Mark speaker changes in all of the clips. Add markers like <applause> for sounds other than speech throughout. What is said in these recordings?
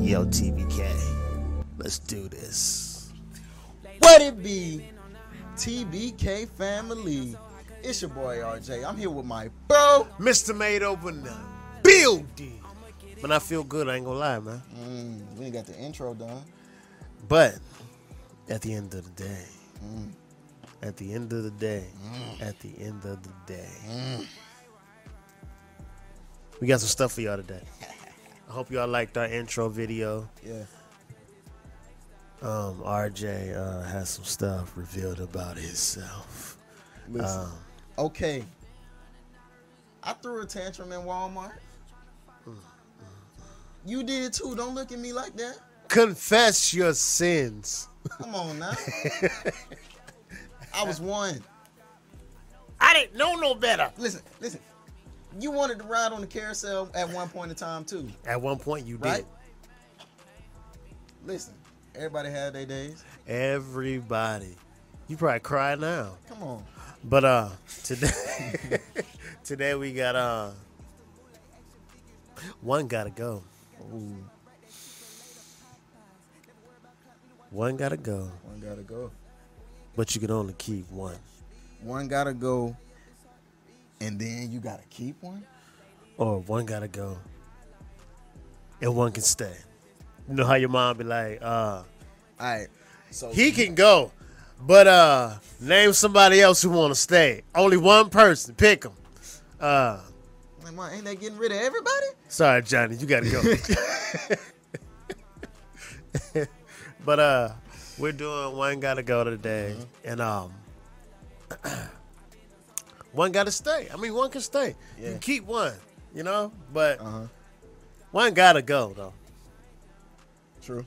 Speaker 1: yo TBK. Let's do this.
Speaker 2: What it be? TBK family. It's your boy RJ. I'm here with my bro.
Speaker 1: Mr. Made over in the building. But I feel good, I ain't gonna lie, man.
Speaker 2: Mm, we ain't got the intro done.
Speaker 1: But at the end of the day, at the end of the day, at the end of the day, we got some stuff for y'all today. I hope y'all liked our intro video.
Speaker 2: Yeah.
Speaker 1: Um, RJ uh, has some stuff revealed about himself.
Speaker 2: Listen.
Speaker 1: Um,
Speaker 2: okay. I threw a tantrum in Walmart. You did too. Don't look at me like that.
Speaker 1: confess your sins.
Speaker 2: Come on now. I was one.
Speaker 1: I didn't know no better.
Speaker 2: Listen, listen. You wanted to ride on the carousel at one point in time too,
Speaker 1: At one point, you
Speaker 2: right? Listen, everybody had their days.
Speaker 1: did. Everybody, you probably cry now.
Speaker 2: Come on.
Speaker 1: But uh, today, <laughs> today we got uh, one gotta go.
Speaker 2: Ooh,
Speaker 1: One gotta go.
Speaker 2: one gotta go.
Speaker 1: But you can only keep one,
Speaker 2: One gotta go, and then you gotta keep one.
Speaker 1: or one gotta go, and one can stay. You know how your mom be like, uh,
Speaker 2: All right. So
Speaker 1: he can go, but uh, name somebody else who want to stay. Only one person, pick him. Uh,
Speaker 2: Like, "Ma, ain't they getting rid of everybody?
Speaker 1: Sorry, Johnny, you gotta go. <laughs> but uh we're doing one gotta go today. And um <clears throat> one gotta stay. I mean one can stay. You
Speaker 2: Yeah.
Speaker 1: can keep one, you know? But
Speaker 2: Uh huh.
Speaker 1: one gotta go though.
Speaker 2: True.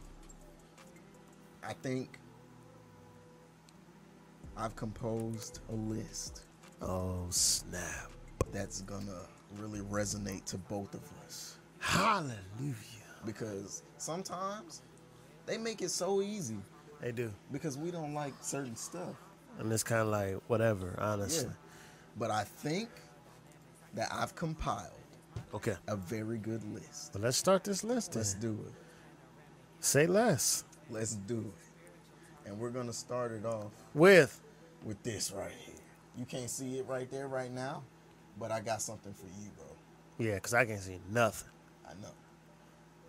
Speaker 2: I think I've composed a list
Speaker 1: Oh snap.
Speaker 2: that's gonna really resonate to both of us
Speaker 1: Hallelujah.
Speaker 2: because sometimes they make it so easy
Speaker 1: They do.
Speaker 2: because we don't like certain stuff.
Speaker 1: And it's kinda like whatever, honestly.
Speaker 2: Yeah. But I think that I've compiled
Speaker 1: Okay.
Speaker 2: a very good list.
Speaker 1: Well, let's start this list.
Speaker 2: Let's
Speaker 1: then.
Speaker 2: do it.
Speaker 1: Say less.
Speaker 2: Let's do it. And we're gonna start it off
Speaker 1: With
Speaker 2: with this right here. You can't see it right there right now, but I got something for you, bro.
Speaker 1: yeah, because I can't see nothing.
Speaker 2: I know.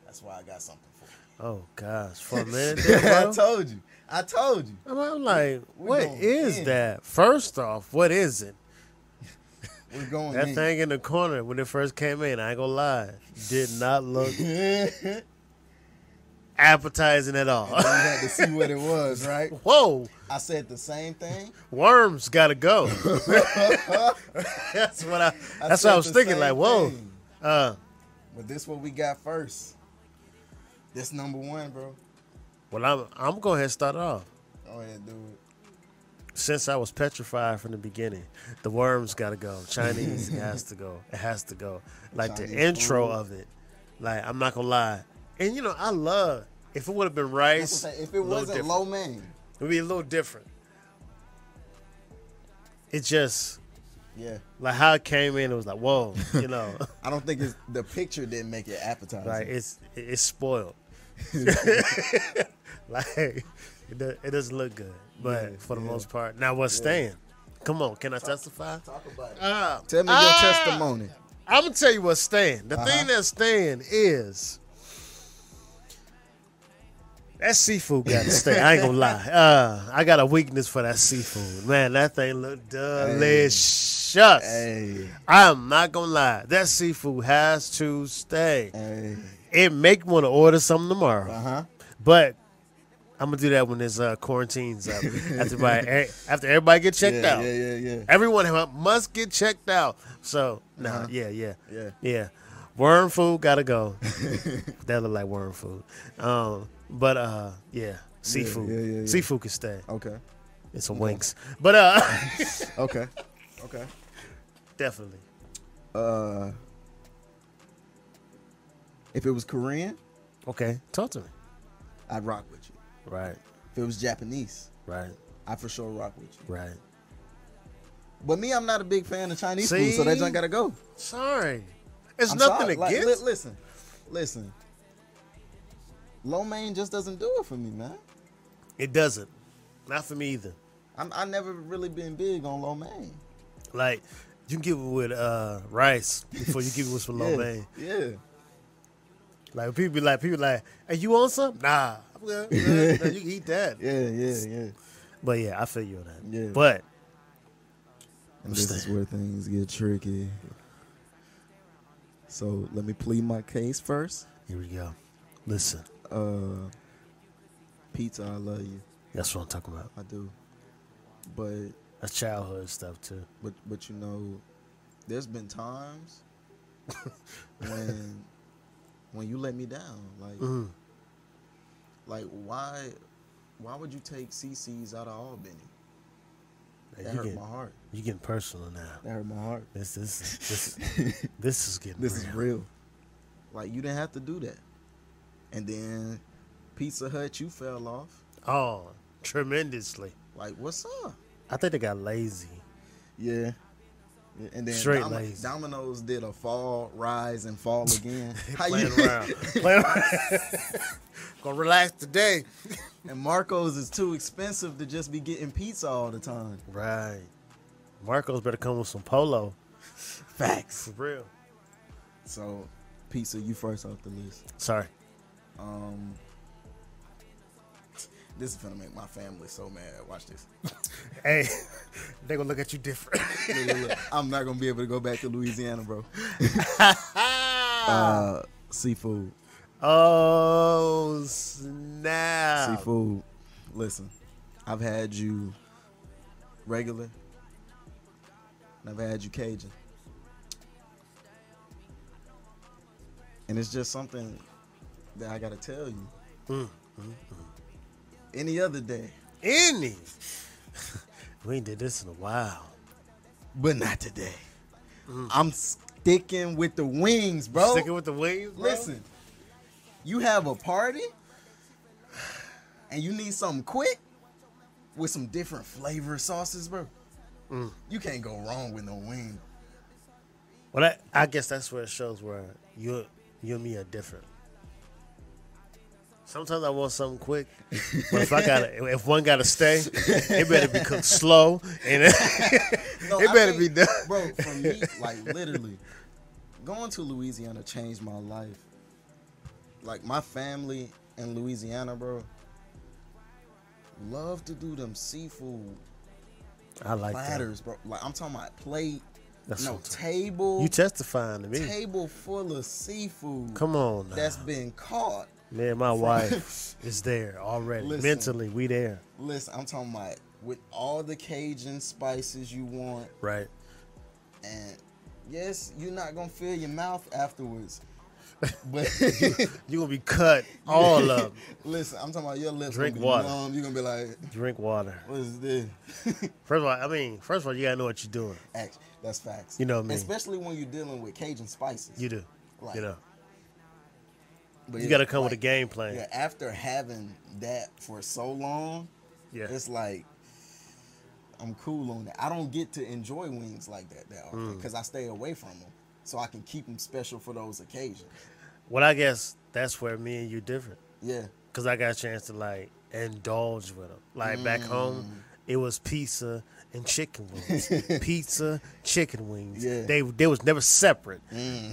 Speaker 2: That's why I got something for you.
Speaker 1: Oh gosh, <laughs> for a minute there,
Speaker 2: <laughs>
Speaker 1: bro.
Speaker 2: I told you. I told you.
Speaker 1: I'm, I'm like,
Speaker 2: we
Speaker 1: what
Speaker 2: going
Speaker 1: is
Speaker 2: in.
Speaker 1: that? First off, what is it?
Speaker 2: We're going.
Speaker 1: That
Speaker 2: in.
Speaker 1: thing in the corner when it first came in, I ain't gonna lie, did not <laughs> look appetizing at all.
Speaker 2: you had to see what it was, right?
Speaker 1: <laughs> Whoa,
Speaker 2: I said the same thing. <laughs>
Speaker 1: worms gotta <laughs> go. that's what I.
Speaker 2: I
Speaker 1: That's what
Speaker 2: said
Speaker 1: I was
Speaker 2: the
Speaker 1: thinking.
Speaker 2: same
Speaker 1: Like, whoa,
Speaker 2: thing.
Speaker 1: uh,
Speaker 2: But this what we got first. This number one, bro.
Speaker 1: well, I'm I'm gonna go ahead and start it off.
Speaker 2: Go ahead, do it.
Speaker 1: Since I was petrified from the beginning, the worms gotta go.
Speaker 2: <laughs>
Speaker 1: Chinese has to go. It has to go. Like the
Speaker 2: Chinese
Speaker 1: intro
Speaker 2: food.
Speaker 1: of it. Like I'm not gonna lie. And you know, I love if it would have been
Speaker 2: That's
Speaker 1: rice.
Speaker 2: what I'm saying. If
Speaker 1: a
Speaker 2: it
Speaker 1: little
Speaker 2: wasn't
Speaker 1: different.
Speaker 2: low man,
Speaker 1: it'd be a little different. It just
Speaker 2: yeah.
Speaker 1: like how it came in, it was like, whoa,
Speaker 2: <laughs>
Speaker 1: you know.
Speaker 2: I don't think it's, the picture didn't make it appetizing.
Speaker 1: like it's it's
Speaker 2: <laughs>
Speaker 1: spoiled. like it, do, it doesn't look good. But
Speaker 2: Yeah,
Speaker 1: for the
Speaker 2: yeah.
Speaker 1: most part, now what's staying? Come on, can I testify?
Speaker 2: Talk about it.
Speaker 1: Ah,
Speaker 2: Tell me your
Speaker 1: ah!
Speaker 2: testimony.
Speaker 1: I'm gonna tell you what's staying. The
Speaker 2: Uh-huh.
Speaker 1: thing that's staying is that seafood
Speaker 2: <laughs>
Speaker 1: got to stay. I ain't gonna lie. Uh, I got a weakness for that seafood. Man, that thing look delicious.
Speaker 2: Hey,
Speaker 1: I'm not gonna lie. That seafood has to stay.
Speaker 2: hey.
Speaker 1: It make me want to order something tomorrow.
Speaker 2: Uh huh.
Speaker 1: But I'm gonna do that when this uh, quarantine's up. after,
Speaker 2: <laughs>
Speaker 1: everybody, eh, after everybody get checked
Speaker 2: yeah,
Speaker 1: out.
Speaker 2: Yeah, yeah, yeah.
Speaker 1: Everyone ha- must get checked out. So nah,
Speaker 2: Uh-huh.
Speaker 1: yeah, yeah,
Speaker 2: Yeah.
Speaker 1: yeah. Worm food
Speaker 2: <laughs>
Speaker 1: gotta go. that look like worm food. Um, but uh, yeah, seafood.
Speaker 2: yeah, yeah, yeah.
Speaker 1: Seafood can stay.
Speaker 2: Okay.
Speaker 1: It's a winks.
Speaker 2: <laughs>
Speaker 1: But uh,
Speaker 2: Okay. Okay.
Speaker 1: definitely.
Speaker 2: Uh, if it was Korean,
Speaker 1: Okay, talk to me.
Speaker 2: I'd rock with you.
Speaker 1: Right,
Speaker 2: If it was Japanese,
Speaker 1: right,
Speaker 2: I for sure rock with you.
Speaker 1: right.
Speaker 2: But me, I'm not a big fan of Chinese food, so
Speaker 1: See?
Speaker 2: that junk gotta go.
Speaker 1: Sorry, it's
Speaker 2: I'm
Speaker 1: nothing
Speaker 2: sorry. Like,
Speaker 1: against.
Speaker 2: li- listen, listen. Lo mein just doesn't do it for me, man.
Speaker 1: It doesn't. Not for me either.
Speaker 2: I'm, I never really been big on lo mein.
Speaker 1: Like you can give it with uh, rice before you give it with
Speaker 2: <laughs>
Speaker 1: some
Speaker 2: yeah.
Speaker 1: lo mein.
Speaker 2: Yeah.
Speaker 1: Like people be like, people like, hey, you want some? Nah, I'm good.
Speaker 2: <laughs>
Speaker 1: I'm good. Nah, you can eat that.
Speaker 2: Yeah, yeah, yeah.
Speaker 1: But yeah, I feel you on that.
Speaker 2: Yeah.
Speaker 1: But
Speaker 2: And this is where things get tricky. So let me plead my case first.
Speaker 1: here we go. Listen,
Speaker 2: Uh, pizza, I love you.
Speaker 1: that's what I'm talking about.
Speaker 2: I do. But
Speaker 1: That's childhood stuff too.
Speaker 2: but but you know, there's been times <laughs> when when you let me down. Like
Speaker 1: Mm.
Speaker 2: like why why would you take CC's out of Albany?
Speaker 1: Like,
Speaker 2: That
Speaker 1: you
Speaker 2: hurt
Speaker 1: get
Speaker 2: my heart.
Speaker 1: you getting personal now.
Speaker 2: That hurt my heart. <laughs>
Speaker 1: This this this this is getting
Speaker 2: This
Speaker 1: real.
Speaker 2: is real. Like you didn't have to do that. And then Pizza Hut, you fell off.
Speaker 1: Oh, tremendously.
Speaker 2: Like what's up?
Speaker 1: I think they got lazy.
Speaker 2: Yeah. And then
Speaker 1: Straight
Speaker 2: Domi-
Speaker 1: lazy.
Speaker 2: Domino's did a fall, rise, and <laughs> fall again. How you- <laughs>
Speaker 1: Playing around. Playing around. Gonna relax today.
Speaker 2: and Marco's is too expensive to just be getting pizza all the time.
Speaker 1: Right. Marcos better come with some polo.
Speaker 2: Facts.
Speaker 1: For real.
Speaker 2: So, pizza, you first off the list.
Speaker 1: Sorry.
Speaker 2: Um, this is gonna make my family so mad. Watch this. <laughs>
Speaker 1: Hey, <laughs> they gonna look at you different. <laughs>
Speaker 2: Look, look, look. I'm not gonna be able to go back to Louisiana, bro.
Speaker 1: Ah.
Speaker 2: Uh, seafood.
Speaker 1: oh snap!
Speaker 2: Seafood. Listen, I've had you regular, and I've had you Cajun. And it's just something that I gotta tell you.
Speaker 1: Mm,
Speaker 2: Any other day,
Speaker 1: Any? <laughs> we ain't did this in a while.
Speaker 2: but not today. I'm sticking with the wings, bro.
Speaker 1: Mm. Sticking with the wings. bro?
Speaker 2: Listen, you have a party and you need something quick with some different flavor sauces, bro.
Speaker 1: Mm.
Speaker 2: You can't go wrong with no wing.
Speaker 1: Well, that, I guess that's where it shows where you you and me are different. Sometimes I want something quick, but if I got
Speaker 2: <laughs>
Speaker 1: to if one got to stay, it better be cooked slow and
Speaker 2: No,
Speaker 1: <laughs> It
Speaker 2: I
Speaker 1: better
Speaker 2: think-
Speaker 1: be done.
Speaker 2: bro. For
Speaker 1: <laughs>
Speaker 2: me, like literally, going to Louisiana changed my life. Like my family in Louisiana, bro, love to do them seafood
Speaker 1: I like that.
Speaker 2: platters, bro. Like I'm talking about plate,
Speaker 1: That's
Speaker 2: no
Speaker 1: what-
Speaker 2: table,
Speaker 1: You testifying to me?
Speaker 2: table full of seafood.
Speaker 1: Come on, now.
Speaker 2: that's been caught.
Speaker 1: man.
Speaker 2: <laughs>
Speaker 1: My wife is there already.
Speaker 2: Listen.
Speaker 1: Mentally, we there,
Speaker 2: Listen, I'm talking about with all the Cajun spices you want,
Speaker 1: right?
Speaker 2: and yes, you're not gonna feel your mouth afterwards. But
Speaker 1: <laughs>
Speaker 2: <laughs>
Speaker 1: You gonna be cut all up.
Speaker 2: listen, I'm talking about your lips.
Speaker 1: Drink
Speaker 2: gonna be
Speaker 1: water.
Speaker 2: numb. You're gonna be like,
Speaker 1: Drink water.
Speaker 2: "What is this?" <laughs>
Speaker 1: First of all, I mean, first of all, you gotta know what you're doing.
Speaker 2: Act- that's facts.
Speaker 1: You know what I mean.
Speaker 2: Especially when you're dealing with Cajun spices.
Speaker 1: You do.
Speaker 2: Right.
Speaker 1: You know.
Speaker 2: But
Speaker 1: You
Speaker 2: yeah,
Speaker 1: gotta come with a
Speaker 2: like,
Speaker 1: game plan.
Speaker 2: Yeah, after having that for so long,
Speaker 1: Yeah.
Speaker 2: it's like I'm cool on that. I don't get to enjoy wings like that that often because I stay away from them, so I can keep them special for those occasions.
Speaker 1: Well, I guess that's where me and you different.
Speaker 2: Yeah,
Speaker 1: Cause I got a chance to like indulge with them. Like back
Speaker 2: Mm.
Speaker 1: home, it was pizza and chicken
Speaker 2: <laughs>
Speaker 1: wings. pizza, chicken wings.
Speaker 2: Yeah. Mm-hmm.
Speaker 1: They they was never separate.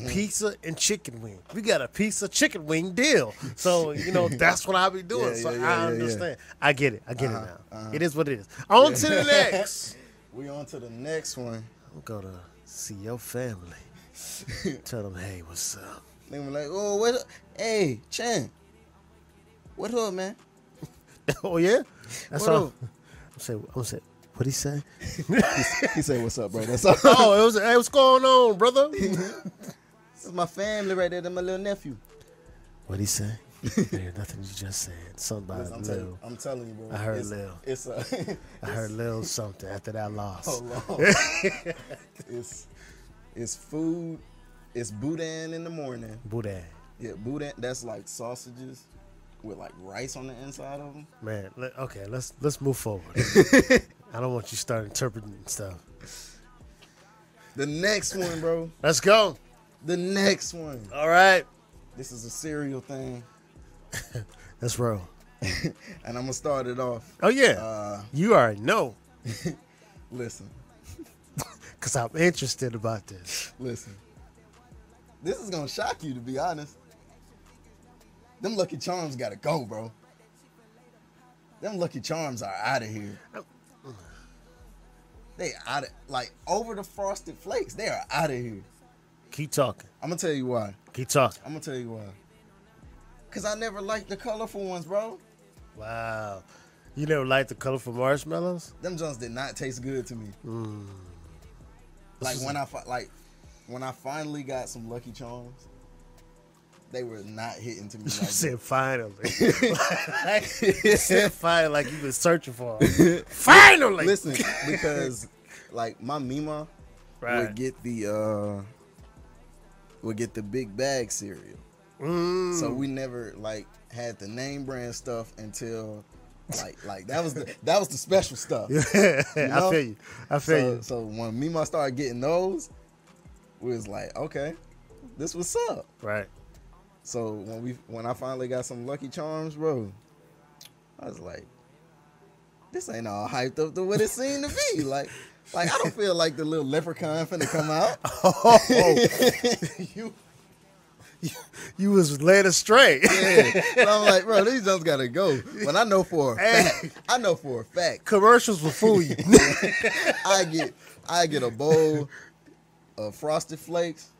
Speaker 1: Pizza and chicken wing. We got a pizza chicken wing deal. So
Speaker 2: <laughs>
Speaker 1: you know that's what I be
Speaker 2: Yeah,
Speaker 1: doing. so
Speaker 2: yeah, yeah, yeah,
Speaker 1: I
Speaker 2: yeah.
Speaker 1: understand. I get it. I get
Speaker 2: Uh-huh,
Speaker 1: it now.
Speaker 2: uh-huh.
Speaker 1: It is what it is. On
Speaker 2: <laughs>
Speaker 1: to the next.
Speaker 2: we on to the next one.
Speaker 1: I'm gonna see
Speaker 2: <laughs>
Speaker 1: your family. Tell them, hey, what's up? <laughs>
Speaker 2: They were like, "Oh, what? up? Hey, Chen, what up, man?
Speaker 1: oh yeah, that's
Speaker 2: What
Speaker 1: all.
Speaker 2: up?"
Speaker 1: I'm say, I'm say, what he say?
Speaker 2: He said, "What's <laughs> up, bro? That's all.
Speaker 1: oh, it was, hey, what's going on, <laughs> brother?
Speaker 2: this is my family right there. That's my little nephew.
Speaker 1: what he say? I hear nothing you just said. Something
Speaker 2: Listen, I'm,
Speaker 1: about
Speaker 2: telling
Speaker 1: Lil.
Speaker 2: you, I'm telling you, bro.
Speaker 1: I heard
Speaker 2: it's,
Speaker 1: Lil.
Speaker 2: It's a. <laughs>
Speaker 1: I heard Lil something after that loss.
Speaker 2: so <laughs> long. it's it's food. It's boudin in the morning.
Speaker 1: Boudin.
Speaker 2: Yeah, boudin. That's like sausages with like rice on the inside of them.
Speaker 1: Man, le- okay, let's let's move <laughs> forward. I don't want you to start interpreting stuff.
Speaker 2: The next one, bro.
Speaker 1: Let's go.
Speaker 2: The next one.
Speaker 1: All right.
Speaker 2: This is a cereal thing.
Speaker 1: That's real.
Speaker 2: And I'm gonna start it off.
Speaker 1: Oh yeah,
Speaker 2: Uh,
Speaker 1: you already know
Speaker 2: Listen,
Speaker 1: because I'm interested about this.
Speaker 2: listen. This is gonna shock you, to be honest. Them Lucky Charms gotta go, bro. Them Lucky Charms are out of here. They out of like over the frosted flakes. They are out of here.
Speaker 1: Keep talking.
Speaker 2: I'm gonna tell you why.
Speaker 1: Keep talking.
Speaker 2: I'm gonna tell you why. Cause I never liked the colorful ones, bro.
Speaker 1: Wow. You never liked the colorful marshmallows?
Speaker 2: Them Jones did not taste good to me. Like
Speaker 1: is
Speaker 2: when I fi- like when I finally got some Lucky Charms, they were not hitting <laughs> to me.
Speaker 1: You
Speaker 2: Like that.
Speaker 1: said finally.
Speaker 2: <laughs>
Speaker 1: you said finally, like you've been searching for.
Speaker 2: <laughs>
Speaker 1: 'em. finally.
Speaker 2: Listen, <laughs> because like my Mima
Speaker 1: Right.
Speaker 2: would get the uh would get the big bag cereal. <laughs>
Speaker 1: Mm.
Speaker 2: So we never like had the name brand stuff until like like that was the that was the special <laughs> stuff.
Speaker 1: yeah, <laughs> I
Speaker 2: know?
Speaker 1: feel you. I feel
Speaker 2: So,
Speaker 1: you.
Speaker 2: so when Mima started getting those, we was like, okay, this what's up. <laughs>
Speaker 1: Right.
Speaker 2: So when we when I finally got some Lucky Charms, bro, I was like, this ain't all hyped up to what it seemed to
Speaker 1: <laughs>
Speaker 2: be. Like, like I don't feel like the little leprechaun finna come out. <laughs>
Speaker 1: you, Oh. <laughs> you was led astray.
Speaker 2: Yeah. So I'm like, bro, these jumps gotta go. But I know for a
Speaker 1: Hey.
Speaker 2: fact, I know for a fact,
Speaker 1: <laughs> Commercials will
Speaker 2: <laughs>
Speaker 1: fool you.
Speaker 2: I get I get a bowl of frosted flakes,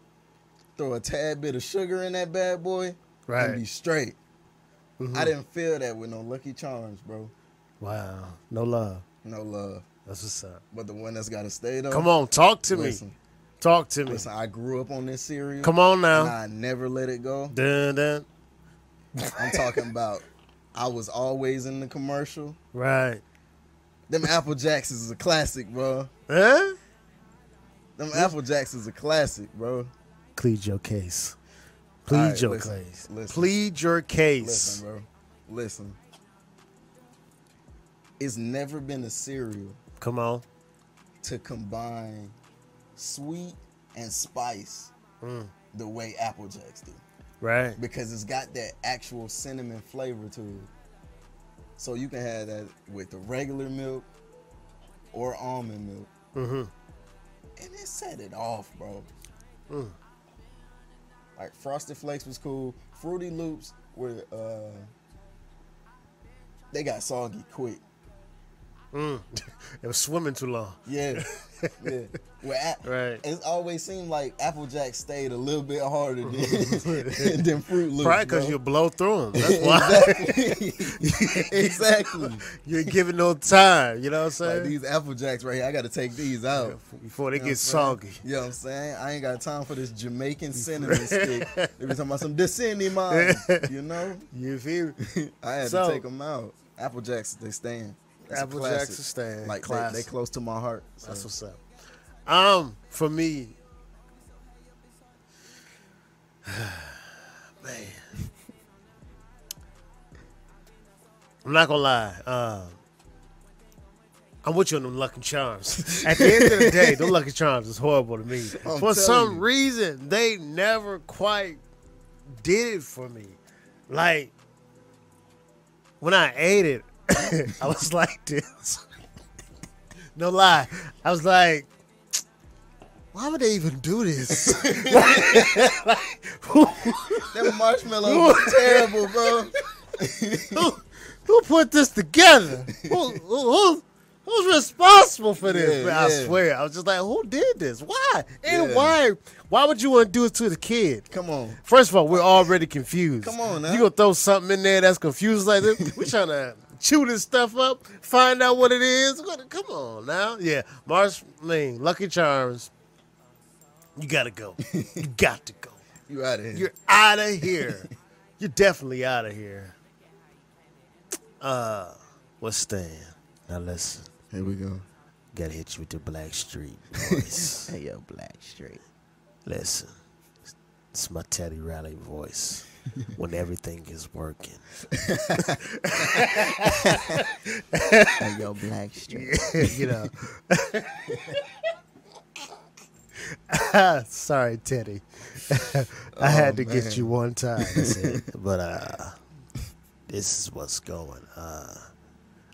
Speaker 2: throw a tad bit of sugar in that bad boy,
Speaker 1: Right. Mm-hmm.
Speaker 2: and be straight. I didn't feel that with no Lucky Charms, bro.
Speaker 1: wow. No love.
Speaker 2: No love.
Speaker 1: That's what's up.
Speaker 2: But the one that's gotta stay though.
Speaker 1: Come on, talk to
Speaker 2: Listen.
Speaker 1: me. Talk to me.
Speaker 2: Listen, I grew up on this cereal.
Speaker 1: Come on now.
Speaker 2: And I never let it go.
Speaker 1: Dun, dun.
Speaker 2: I'm
Speaker 1: <laughs>
Speaker 2: talking about I was always in the commercial.
Speaker 1: Right.
Speaker 2: Them Apple Jacks is a classic, bro.
Speaker 1: Huh?
Speaker 2: Them Apple Jacks is a classic, bro.
Speaker 1: Plead your case. Plead
Speaker 2: Alright,
Speaker 1: your
Speaker 2: listen,
Speaker 1: case.
Speaker 2: listen.
Speaker 1: Plead your case.
Speaker 2: Listen, bro. Listen. It's never been a cereal
Speaker 1: Come on.
Speaker 2: to combine sweet and spice the way Apple Jacks do. <laughs>
Speaker 1: Right.
Speaker 2: because it's got that actual cinnamon flavor to it. So you can have that with the regular milk or almond milk.
Speaker 1: Mm-hmm.
Speaker 2: And it set it off, bro.
Speaker 1: Mm.
Speaker 2: Like Frosted Flakes was cool. Fruity Loops were uh they got soggy quick.
Speaker 1: It was swimming too long. <laughs>
Speaker 2: Yeah. yeah. Well, a-
Speaker 1: Right.
Speaker 2: It always seemed like Applejack stayed a little bit harder
Speaker 1: <laughs>
Speaker 2: than, <laughs> than Fruit Loops.
Speaker 1: Probably because
Speaker 2: bro.
Speaker 1: you blow through them.
Speaker 2: <laughs>
Speaker 1: That's why
Speaker 2: exactly.
Speaker 1: <laughs> you ain't giving no time. You know what I'm
Speaker 2: Like
Speaker 1: saying?
Speaker 2: these Apple Jacks right here, I gotta take these out.
Speaker 1: Before they
Speaker 2: You know what I'm
Speaker 1: get
Speaker 2: saying?
Speaker 1: soggy.
Speaker 2: You know what I'm saying? I ain't got time for this
Speaker 1: <laughs>
Speaker 2: Jamaican cinnamon stick. They be talking about some Decini mom, you know? <laughs>
Speaker 1: You feel me?
Speaker 2: I had
Speaker 1: So-
Speaker 2: to take them out. Apple Jacks, they stand. That's a
Speaker 1: Apple
Speaker 2: classic.
Speaker 1: Jacks are staying.
Speaker 2: Like they, they
Speaker 1: Classic.
Speaker 2: close to my heart.
Speaker 1: <laughs>
Speaker 2: so.
Speaker 1: That's what's up. Um, for me, man, I'm not gonna lie. Um, I'm with you on them Lucky Charms. <laughs> At the end of the day, them Lucky Charms is horrible to me.
Speaker 2: I'm
Speaker 1: for
Speaker 2: telling
Speaker 1: some
Speaker 2: you.
Speaker 1: reason, they never quite did it for me. Like when I ate it, <coughs> I was like this. <laughs> No lie. I was like, why would they even do this? <laughs> Like, who,
Speaker 2: Them marshmallows are terrible, bro.
Speaker 1: who, who put this together? Who, who, who's, who's responsible for this?
Speaker 2: Yeah,
Speaker 1: Man, I
Speaker 2: yeah.
Speaker 1: swear. I was just like, who did this? Why? And
Speaker 2: Yeah.
Speaker 1: why? Why would you want to do it to the kid?
Speaker 2: Come on.
Speaker 1: First of all, we're already confused.
Speaker 2: Come on now.
Speaker 1: You gonna throw something in there that's confused like this? We're trying <laughs> to chew this stuff up, find out what it is. What- Come on now. Yeah, Marsh, man, Lucky Charms. You gotta go. You got to go.
Speaker 2: You out of here.
Speaker 1: You're out of here. <laughs> You're definitely out of here. Uh, what's Stan? Now listen,
Speaker 2: Here we go.
Speaker 1: gotta hit you with the Black Street <laughs> voice.
Speaker 2: Hey yo, Black Street.
Speaker 1: Listen, it's my Teddy Riley voice when everything is working.
Speaker 2: Hey yo, Black
Speaker 1: <laughs>
Speaker 2: Street.
Speaker 1: you know. Sorry, Teddy. I had to <laughs>
Speaker 2: man. Oh, <laughs>
Speaker 1: get you one time, that's it. but uh, this is what's going. Uh,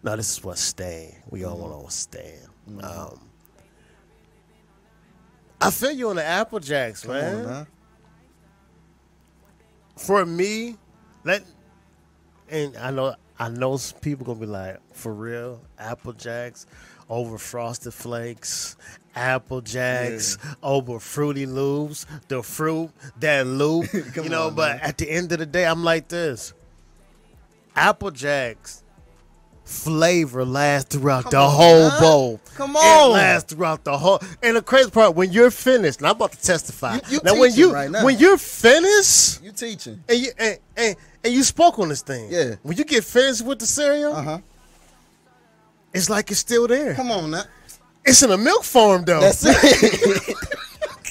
Speaker 1: no, this is what's staying. We
Speaker 2: Mm-hmm.
Speaker 1: all want to staying. Um, I feel you on the Apple Jacks,
Speaker 2: Come on,
Speaker 1: man.
Speaker 2: now.
Speaker 1: For me, let and I know I know some people gonna be like, for real, Apple Jacks over Frosted Flakes, Apple Jacks over Fruity Loops, the fruit that loop,
Speaker 2: <laughs> Come
Speaker 1: you know.
Speaker 2: on,
Speaker 1: but at the end of the day, I'm like this: Apple Jacks flavor lasts throughout
Speaker 2: Come
Speaker 1: the
Speaker 2: on,
Speaker 1: whole
Speaker 2: huh?
Speaker 1: bowl.
Speaker 2: Come
Speaker 1: It
Speaker 2: on.
Speaker 1: lasts throughout the whole. And the crazy part, when you're finished, and I'm about to testify.
Speaker 2: You- you
Speaker 1: now, when
Speaker 2: teaching
Speaker 1: you
Speaker 2: right now.
Speaker 1: when you're finished,
Speaker 2: You teaching?
Speaker 1: and you and, and, and you spoke on this thing.
Speaker 2: Yeah.
Speaker 1: When you get finished with the cereal,
Speaker 2: Uh huh.
Speaker 1: it's like it's still there.
Speaker 2: Come on now.
Speaker 1: It's in a milk form though.
Speaker 2: That's it. Oh. <laughs>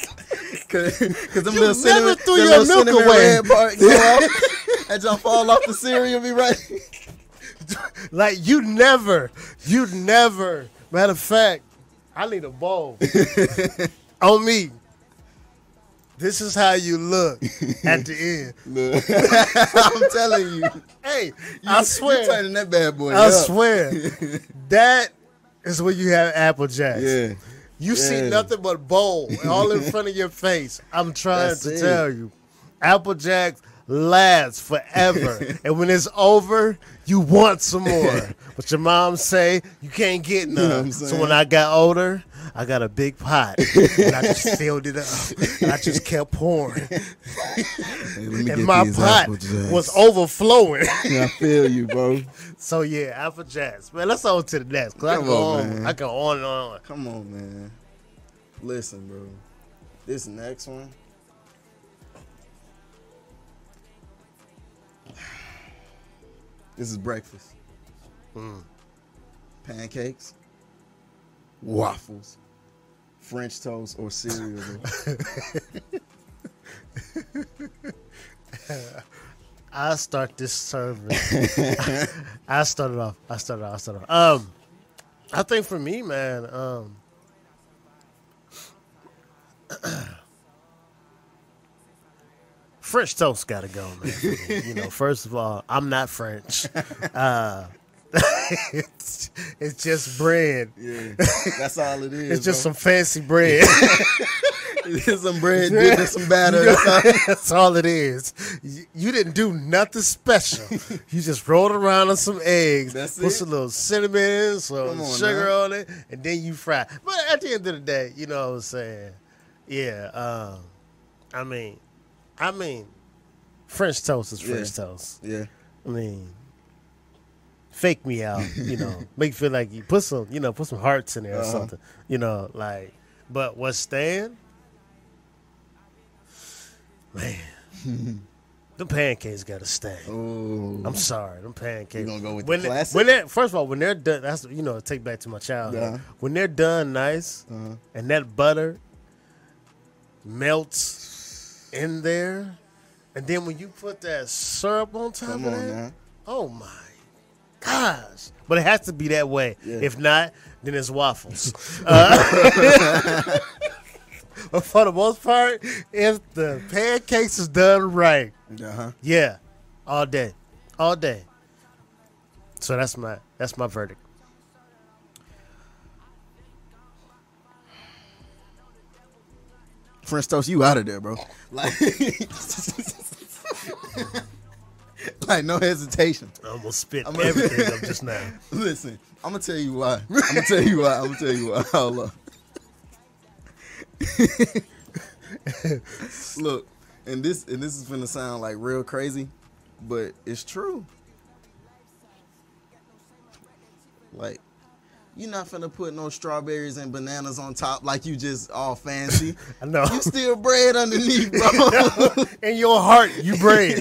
Speaker 2: Cause, 'cause them
Speaker 1: You
Speaker 2: little cinnamon,
Speaker 1: never threw
Speaker 2: them
Speaker 1: your
Speaker 2: little
Speaker 1: milk
Speaker 2: cinnamon
Speaker 1: away.
Speaker 2: red bar go <laughs> off, and y'all fall off the cereal. Be right.
Speaker 1: <laughs> like you never, you never. Matter of fact, I need
Speaker 2: <laughs>
Speaker 1: a bowl on me. This is how you
Speaker 2: <laughs>
Speaker 1: look at the end.
Speaker 2: Look, <laughs> I'm telling you,
Speaker 1: Hey, I
Speaker 2: you
Speaker 1: swear,
Speaker 2: turning that bad boy.
Speaker 1: I
Speaker 2: up. <laughs>
Speaker 1: swear, that is where you have Apple Jacks.
Speaker 2: Yeah,
Speaker 1: You see
Speaker 2: Yeah.
Speaker 1: nothing but
Speaker 2: <laughs>
Speaker 1: bowl all in front of your face. I'm trying
Speaker 2: That's
Speaker 1: to
Speaker 2: it.
Speaker 1: tell you. Apple Jacks
Speaker 2: <laughs>
Speaker 1: lasts forever. and when it's over, you want some more. but your mom say you can't get none.
Speaker 2: what I'm
Speaker 1: so
Speaker 2: saying?
Speaker 1: when I got older, I got a
Speaker 2: <laughs>
Speaker 1: big pot and I just filled it up. And I just kept
Speaker 2: <laughs>
Speaker 1: pouring.
Speaker 2: Hey, let me
Speaker 1: and
Speaker 2: get
Speaker 1: my
Speaker 2: these
Speaker 1: pot
Speaker 2: Apple Jacks.
Speaker 1: was overflowing.
Speaker 2: <laughs>
Speaker 1: <laughs>
Speaker 2: I feel you, bro.
Speaker 1: so yeah, Apple Jacks. Man, let's on to the next. Cause I can
Speaker 2: Come
Speaker 1: go
Speaker 2: on,
Speaker 1: on.
Speaker 2: man.
Speaker 1: I can on and on.
Speaker 2: Come on, man. Listen, bro. This next one. <sighs> This is breakfast. Pancakes, waffles, French toast, or cereal. bro.
Speaker 1: I start this service. I started off. I started off. I started off. Um, I think for me, man, um, French toast gotta go, man. for me. you know, first of all, I'm not French. Uh, <laughs> it's, it's just bread.
Speaker 2: yeah, that's all it is.
Speaker 1: It's just
Speaker 2: bro.
Speaker 1: some fancy bread.
Speaker 2: <laughs> it's some bread
Speaker 1: <laughs>
Speaker 2: dipped in some batter. That's all.
Speaker 1: That's all it is. You, you didn't do nothing special. you just rolled around on some eggs,
Speaker 2: That's
Speaker 1: put
Speaker 2: it.
Speaker 1: some little cinnamon, some
Speaker 2: Come on
Speaker 1: sugar
Speaker 2: now.
Speaker 1: on it, and then you fry. But at the end of the day, you know what I'm saying? Yeah. Um, I mean, I mean, French toast is French
Speaker 2: Yeah.
Speaker 1: toast.
Speaker 2: Yeah,
Speaker 1: I mean, fake me out. You know, make you feel like you put some, you know, put some hearts in there or
Speaker 2: Uh-huh.
Speaker 1: something. You know, like. But what's staying? Man, the pancakes gotta stay.
Speaker 2: oh,
Speaker 1: I'm sorry, them pancakes.
Speaker 2: You gonna go with the
Speaker 1: when they-
Speaker 2: classic?
Speaker 1: when they're, first of all, when they're done, that's you know, take back to my childhood.
Speaker 2: Uh-huh.
Speaker 1: When they're done, nice,
Speaker 2: Uh-huh.
Speaker 1: and that butter melts in there, and then when you put that syrup on top
Speaker 2: come
Speaker 1: of
Speaker 2: on
Speaker 1: that,
Speaker 2: now.
Speaker 1: Oh my gosh. But it has to be that way.
Speaker 2: Yeah.
Speaker 1: If not, then
Speaker 2: <laughs>
Speaker 1: it's waffles. Uh, <laughs> but for the most part, if the pancakes is done right,
Speaker 2: Uh huh.
Speaker 1: yeah, all day, all day. So that's my that's my verdict.
Speaker 2: French toast, you out of there, bro. <laughs> Like, like no hesitation.
Speaker 1: I almost spit
Speaker 2: I'm a-
Speaker 1: everything up just now.
Speaker 2: Listen, I'm gonna tell you <laughs> why. I'm gonna tell you why. I'm gonna tell you why. <laughs> Hold on. Look, and this and this is gonna sound like real crazy, but it's true. Like, you're not gonna put no strawberries and bananas on top like you just all <laughs> fancy.
Speaker 1: I know.
Speaker 2: You still bread underneath, <laughs> bro.
Speaker 1: <laughs> In your heart, you <laughs> brave.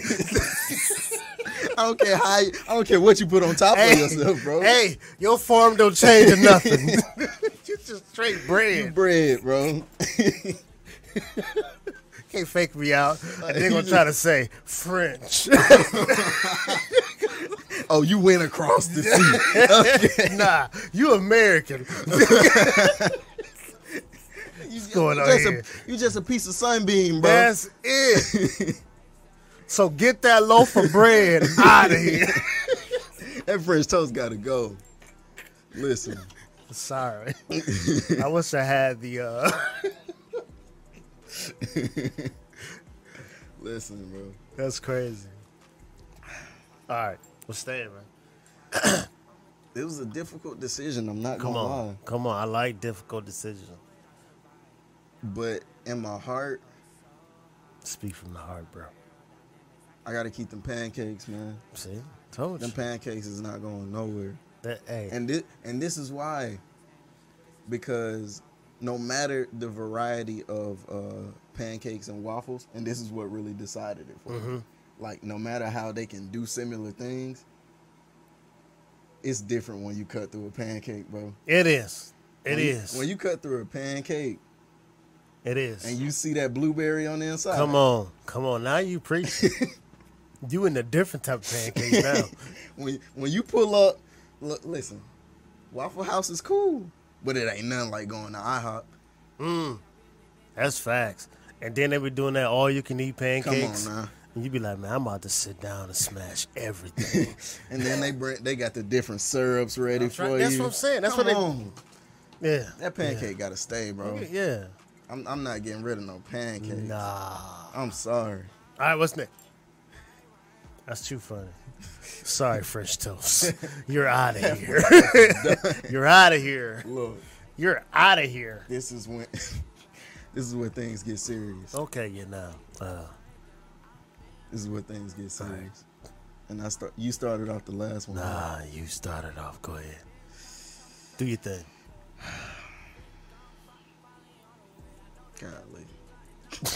Speaker 2: I don't care how. You, I don't care what you put on top of
Speaker 1: hey,
Speaker 2: yourself, bro.
Speaker 1: hey, your form don't change or <laughs> nothing. you just straight bread.
Speaker 2: bread, bro.
Speaker 1: Can't fake me out. And they're gonna try to say <laughs> French.
Speaker 2: Oh, you went across the
Speaker 1: <laughs>
Speaker 2: sea.
Speaker 1: nah, you American.
Speaker 2: <laughs> What's
Speaker 1: going on
Speaker 2: just A,
Speaker 1: here?
Speaker 2: you just a piece of sunbeam, bro.
Speaker 1: <laughs> <laughs> That's it. so get that loaf of bread out of here.
Speaker 2: That French toast gotta go. Listen,
Speaker 1: Sorry. I wish I had the uh
Speaker 2: listen, bro.
Speaker 1: that's crazy. All right. Well stay, man.
Speaker 2: It was a difficult decision. I'm not
Speaker 1: Come
Speaker 2: gonna
Speaker 1: on.
Speaker 2: lie,
Speaker 1: Come on. I like difficult decisions.
Speaker 2: but in my heart,
Speaker 1: Speak from the heart, bro.
Speaker 2: I gotta keep them pancakes, man.
Speaker 1: See? Told
Speaker 2: Them
Speaker 1: you.
Speaker 2: pancakes is not going nowhere.
Speaker 1: That, hey.
Speaker 2: And this and this is why, because no matter the variety of uh, pancakes and waffles, and this is what really decided it for. me.
Speaker 1: Mm-hmm.
Speaker 2: Like no matter how they can do similar things, it's different when you cut through a pancake, bro.
Speaker 1: it is. It
Speaker 2: When you-
Speaker 1: is.
Speaker 2: when you cut through a pancake
Speaker 1: it is.
Speaker 2: and you see that blueberry on the inside. <laughs>
Speaker 1: Come on, come on. Now you preaching. you in a different type of
Speaker 2: <laughs>
Speaker 1: pancake now.
Speaker 2: when when you pull up, look, listen, Waffle House is cool, but it ain't nothing like going to IHOP.
Speaker 1: That's facts. And then they be doing that all you can eat pancakes.
Speaker 2: now.
Speaker 1: And you be like, man, I'm about to sit down and smash
Speaker 2: <laughs>
Speaker 1: everything.
Speaker 2: And then they bring, they got the different syrups ready
Speaker 1: That's
Speaker 2: for
Speaker 1: right.
Speaker 2: you.
Speaker 1: That's what I'm saying. That's
Speaker 2: Come
Speaker 1: what they-
Speaker 2: on.
Speaker 1: yeah.
Speaker 2: That pancake gotta stay, bro.
Speaker 1: Yeah. yeah.
Speaker 2: I'm, I'm not getting rid of no pancake.
Speaker 1: Nah. All
Speaker 2: I'm sorry.
Speaker 1: right, what's next? That's too funny. Sorry, French toast. You're
Speaker 2: <laughs>
Speaker 1: out of here. <laughs> You're out of here.
Speaker 2: Look,
Speaker 1: You're out of here.
Speaker 2: this is when <laughs> this is where things get serious.
Speaker 1: Okay, you know. Uh,
Speaker 2: This is where things get serious. And I start you started off the last one.
Speaker 1: nah, ah, you started off. Go ahead. Do your thing.
Speaker 2: Golly.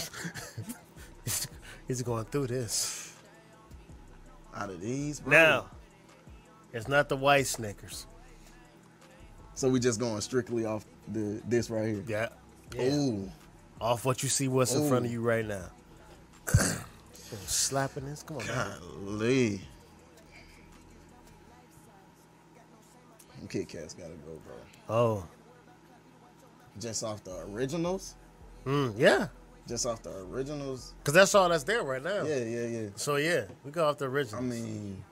Speaker 1: He's going through this.
Speaker 2: Out of these, bro.
Speaker 1: Now, it's not the white Snickers.
Speaker 2: So we just going strictly off the this right here.
Speaker 1: Yeah.
Speaker 2: Ooh.
Speaker 1: Off what you see, what's in front of
Speaker 2: Ooh.
Speaker 1: you right now. <coughs> Oh, slapping this? Come on. man.
Speaker 2: Golly. Them Kit Kats gotta go, bro.
Speaker 1: Oh.
Speaker 2: Just off the originals?
Speaker 1: Mm, yeah.
Speaker 2: Just off the originals?
Speaker 1: Because that's all that's there right now.
Speaker 2: Yeah, yeah, yeah.
Speaker 1: So, yeah, we go off the original.
Speaker 2: I mean,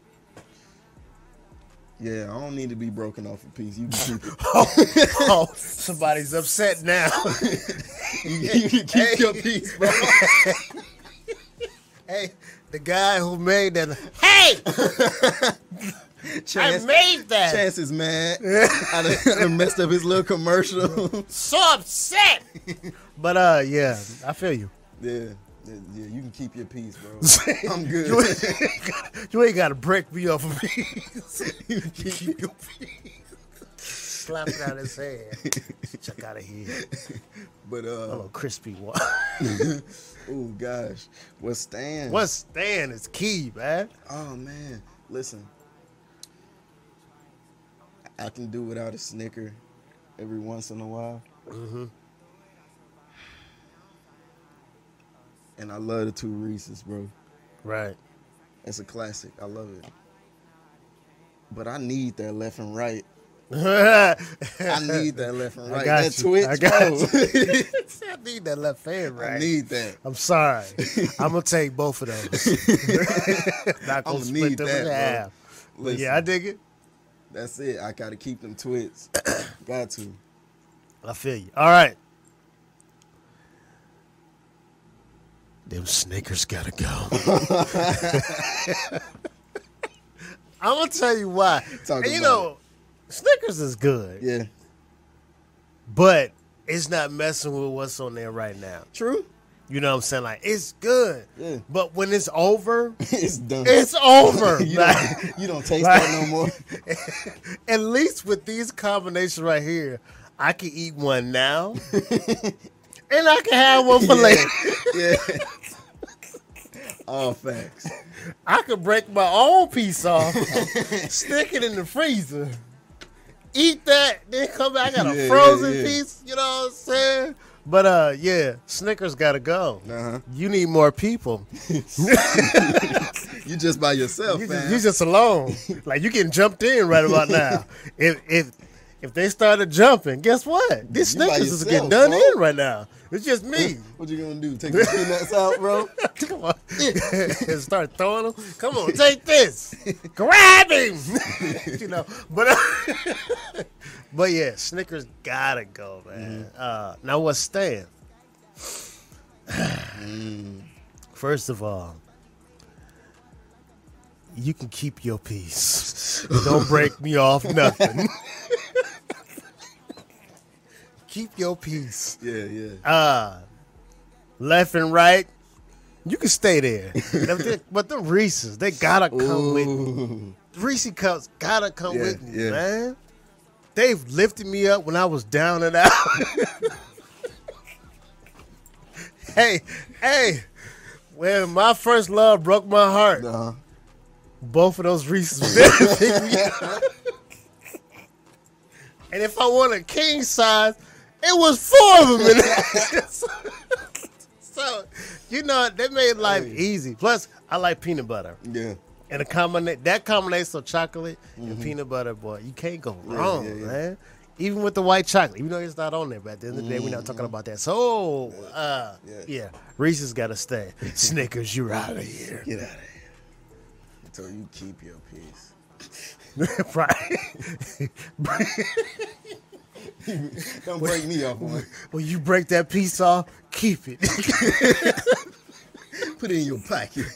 Speaker 2: yeah, I don't need to be broken off a piece. You <laughs> can keep, it.
Speaker 1: <laughs> oh, somebody's upset now. <laughs>
Speaker 2: you can keep your piece, bro.
Speaker 1: hey, the guy who made that.
Speaker 2: <laughs>
Speaker 1: Hey! I made that!
Speaker 2: Chance is mad. I done, I done messed up his little commercial. <laughs>
Speaker 1: So upset! but, uh, yeah, I feel you.
Speaker 2: yeah. Yeah, yeah, you can keep your piece,
Speaker 1: <laughs>
Speaker 2: bro. <laughs> I'm good.
Speaker 1: You ain't <laughs> got to break me off of me. <laughs>
Speaker 2: <laughs>
Speaker 1: keep your peace. Slap it out his head. Check out of here.
Speaker 2: but
Speaker 1: A
Speaker 2: uh,
Speaker 1: little crispy <laughs> one.
Speaker 2: oh gosh, what's Stan?
Speaker 1: What's staying is key, man.
Speaker 2: Oh man, listen. I can do without a snicker every once in a while.
Speaker 1: Mm-hmm.
Speaker 2: And I love the two Reese's, bro.
Speaker 1: <laughs> Right.
Speaker 2: It's a classic. I love it. But I need that left and right. I need that left and
Speaker 1: <laughs> I
Speaker 2: right.
Speaker 1: got
Speaker 2: that
Speaker 1: you.
Speaker 2: twitch,
Speaker 1: I
Speaker 2: <laughs>
Speaker 1: got
Speaker 2: bro.
Speaker 1: I need that left hand, right?
Speaker 2: I need that.
Speaker 1: I'm sorry. <laughs> I'm gonna take both of those.
Speaker 2: <laughs>
Speaker 1: Not gonna
Speaker 2: I'ma
Speaker 1: split
Speaker 2: need
Speaker 1: them
Speaker 2: that,
Speaker 1: in
Speaker 2: bro.
Speaker 1: half. But
Speaker 2: Listen,
Speaker 1: Yeah, I dig it.
Speaker 2: that's it. I gotta keep them twits. <coughs> got to.
Speaker 1: I feel you. All right. Them Snickers
Speaker 2: <laughs>
Speaker 1: gotta go. I'm gonna tell you why.
Speaker 2: Talk
Speaker 1: And you
Speaker 2: about
Speaker 1: know, Snickers is good,
Speaker 2: Yeah.
Speaker 1: but it's not messing with what's on there right now.
Speaker 2: True. <coughs>
Speaker 1: You know what I'm saying? Like it's good,
Speaker 2: Yeah.
Speaker 1: but when it's over,
Speaker 2: it's done.
Speaker 1: it's
Speaker 2: <laughs>
Speaker 1: over.
Speaker 2: you,
Speaker 1: Like,
Speaker 2: don't, you don't taste
Speaker 1: Like-
Speaker 2: that no
Speaker 1: <laughs>
Speaker 2: more. <laughs>
Speaker 1: at least with these combinations right here, I can eat
Speaker 2: <laughs>
Speaker 1: one now, and I can have one for later.
Speaker 2: yeah. All facts.
Speaker 1: I could break my own
Speaker 2: <laughs>
Speaker 1: piece off, stick it in the freezer, eat that, then come back. I got a
Speaker 2: Yeah, yeah,
Speaker 1: frozen
Speaker 2: yeah.
Speaker 1: piece. You know what I'm saying? But uh, yeah, Snickers gotta go.
Speaker 2: Uh-huh.
Speaker 1: You need more people.
Speaker 2: You just by yourself,
Speaker 1: You
Speaker 2: man. <laughs>
Speaker 1: just, you just alone. like you getting jumped in right about now. if if If they started jumping, guess what? This
Speaker 2: You by
Speaker 1: Snickers is
Speaker 2: yourself,
Speaker 1: getting done
Speaker 2: bro.
Speaker 1: in right now. It's just me.
Speaker 2: What you gonna do? Take the peanuts out, bro?
Speaker 1: Come on. <laughs> Start throwing them. Come on, take this. Grab him. <laughs> you know, but <laughs> but yeah, Snickers gotta go, man. Uh, now what's Stan? <sighs> First of all, you can keep your peace. Don't break me off nothing. keep your peace
Speaker 2: Yeah, yeah.
Speaker 1: uh left and right you can
Speaker 2: <laughs>
Speaker 1: stay there Them thi- but the reese's they gotta come with
Speaker 2: Ooh.
Speaker 1: reese cups gotta come
Speaker 2: Yeah,
Speaker 1: with me
Speaker 2: yeah.
Speaker 1: man they've lifted me up when i was down and out <laughs> hey hey when my first love broke my heart
Speaker 2: Nah.
Speaker 1: both of those
Speaker 2: <laughs>
Speaker 1: reese's been pick me up. and if i want a king size it was four of them in there. <laughs> So, you know, they made life
Speaker 2: Hey.
Speaker 1: easy. Plus, I like peanut butter.
Speaker 2: Yeah.
Speaker 1: And a combina- that combination of chocolate and peanut butter, boy, you can't go
Speaker 2: Mm-hmm. Yeah,
Speaker 1: wrong,
Speaker 2: yeah, yeah.
Speaker 1: man. Even with the white chocolate, even though it's not on there, but at the end of the day, we're not talking about that. So, uh, yeah.
Speaker 2: Mm-hmm. Yeah.
Speaker 1: Reese's got
Speaker 2: <laughs>
Speaker 1: to stay. Snickers, you're out of here.
Speaker 2: Get out of here. So you keep your peace.
Speaker 1: <laughs> right.
Speaker 2: Don't break me off
Speaker 1: <laughs>
Speaker 2: one.
Speaker 1: when you break that piece off, keep it. <laughs>
Speaker 2: Put it in your pocket.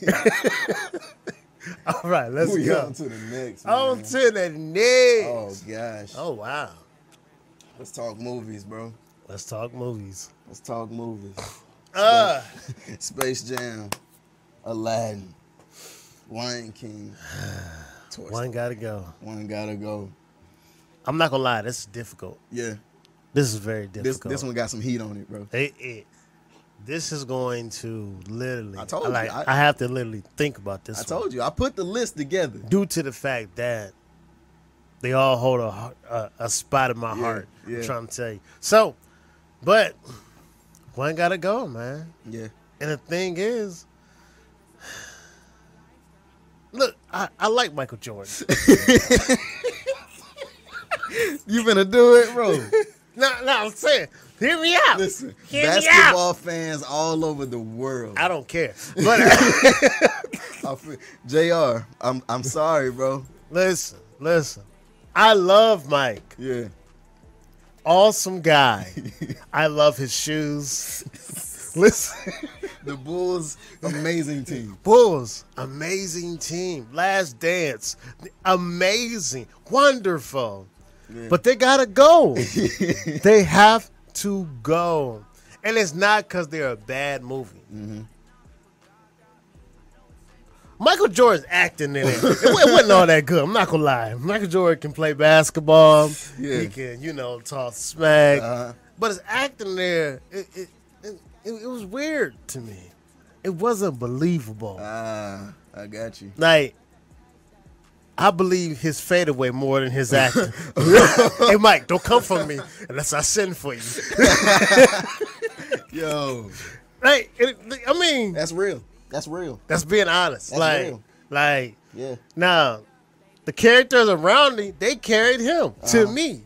Speaker 1: All right, let's
Speaker 2: <laughs> we
Speaker 1: go.
Speaker 2: on to the next.
Speaker 1: On
Speaker 2: man.
Speaker 1: to the next.
Speaker 2: oh gosh.
Speaker 1: oh, wow.
Speaker 2: Let's talk movies, bro.
Speaker 1: Let's talk movies.
Speaker 2: Let's talk
Speaker 1: <sighs>
Speaker 2: movies.
Speaker 1: Uh,
Speaker 2: Space Jam, Aladdin, Lion
Speaker 1: <sighs>
Speaker 2: King. Toy
Speaker 1: one gotta go.
Speaker 2: One gotta go.
Speaker 1: I'm not gonna lie, this is difficult.
Speaker 2: Yeah.
Speaker 1: This is very
Speaker 2: This
Speaker 1: difficult.
Speaker 2: this one got some heat on it, bro.
Speaker 1: It- it- this is going to literally.
Speaker 2: I told
Speaker 1: like,
Speaker 2: you, I-
Speaker 1: I, have to literally think about this.
Speaker 2: I
Speaker 1: one.
Speaker 2: told you. I put the list together.
Speaker 1: Due to the fact that they all hold a heart- a, a spot in my
Speaker 2: Yeah,
Speaker 1: heart.
Speaker 2: yeah.
Speaker 1: I'm trying to tell you. So, but one gotta go, man.
Speaker 2: Yeah.
Speaker 1: And the thing is, look, I, I like Michael
Speaker 2: <laughs>
Speaker 1: Jordan.
Speaker 2: You finna do it,
Speaker 1: <laughs>
Speaker 2: bro.
Speaker 1: no, no, I'm saying, hear me out.
Speaker 2: Listen,
Speaker 1: hear me out.
Speaker 2: basketball fans all over the world.
Speaker 1: I don't care, but. uh,
Speaker 2: I feel- Jr. I'm I'm sorry, bro.
Speaker 1: <laughs> Listen, listen. I love Mike.
Speaker 2: Yeah. <laughs>
Speaker 1: Awesome guy. I love his shoes. Listen,
Speaker 2: The Bulls, amazing team.
Speaker 1: Bulls, amazing team. Last dance, amazing, wonderful.
Speaker 2: Yeah.
Speaker 1: But they
Speaker 2: <laughs>
Speaker 1: gotta go. they have to go, and it's not because they're a bad movie.
Speaker 2: Mm-hmm.
Speaker 1: Michael Jordan's acting in it. It wa- it wasn't all that good. I'm not gonna lie. Michael Jordan can play basketball.
Speaker 2: Yeah.
Speaker 1: He can, you know, talk smack.
Speaker 2: Uh-huh.
Speaker 1: But his acting there, it it, it it it was weird to me. It wasn't believable.
Speaker 2: Ah, I got you.
Speaker 1: Like, I believe his fadeaway more than his acting. <laughs> hey, Mike, don't come for me unless I send for you.
Speaker 2: Yo,
Speaker 1: Like, it, I mean,
Speaker 2: that's real. That's real.
Speaker 1: that's being honest.
Speaker 2: That's
Speaker 1: like,
Speaker 2: real.
Speaker 1: like
Speaker 2: Yeah.
Speaker 1: now, the characters around me, they carried him to
Speaker 2: Uh-huh.
Speaker 1: me.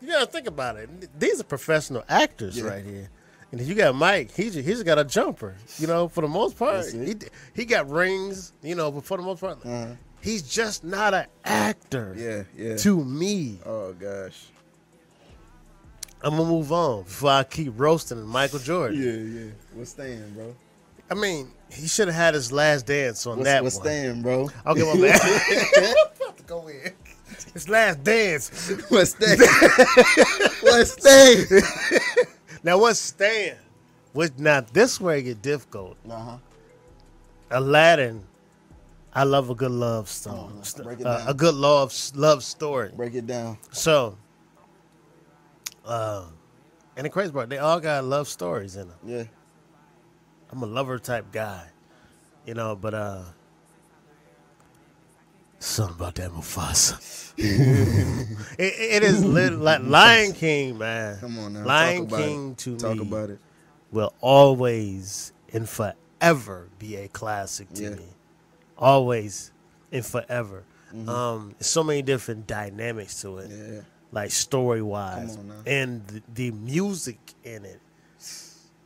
Speaker 1: You gotta think about it. These are professional actors
Speaker 2: Yeah.
Speaker 1: right here. And then you got Mike. He just, he just got a jumper. You know, for the most part,
Speaker 2: That's it.
Speaker 1: he he got rings. You know, but for the most part,
Speaker 2: Uh-huh.
Speaker 1: he's just not an actor.
Speaker 2: Yeah, yeah.
Speaker 1: to me.
Speaker 2: Oh gosh.
Speaker 1: I'm gonna move on before I keep roasting Michael Jordan.
Speaker 2: Yeah, yeah. What's staying, bro?
Speaker 1: I mean, he should have had his last dance on
Speaker 2: What's,
Speaker 1: that
Speaker 2: what's
Speaker 1: one.
Speaker 2: staying, bro?
Speaker 1: Okay,
Speaker 2: <laughs>
Speaker 1: my <laughs> bad. about to go in. His last dance.
Speaker 2: What's staying? <laughs> what's staying?
Speaker 1: Now what's staying? What now? This way it get difficult.
Speaker 2: Uh huh.
Speaker 1: Aladdin. I love a good love song.
Speaker 2: Oh, let's break it
Speaker 1: Uh,
Speaker 2: down.
Speaker 1: a good love love story.
Speaker 2: Break it down.
Speaker 1: So, uh, and the crazy part, they all got love stories in them.
Speaker 2: Yeah.
Speaker 1: I'm a lover type guy, you know. But uh, something about that Mufasa. <laughs> it, it is lit like Lion King, man.
Speaker 2: Come on now.
Speaker 1: Lion
Speaker 2: Talk about
Speaker 1: King
Speaker 2: it.
Speaker 1: to
Speaker 2: talk
Speaker 1: me
Speaker 2: about it.
Speaker 1: will always and forever be a classic to
Speaker 2: Yeah.
Speaker 1: me. Always and forever. Um, so many different dynamics to it.
Speaker 2: Mm-hmm. Yeah.
Speaker 1: like story wise,
Speaker 2: Come on now.
Speaker 1: and the, the music in it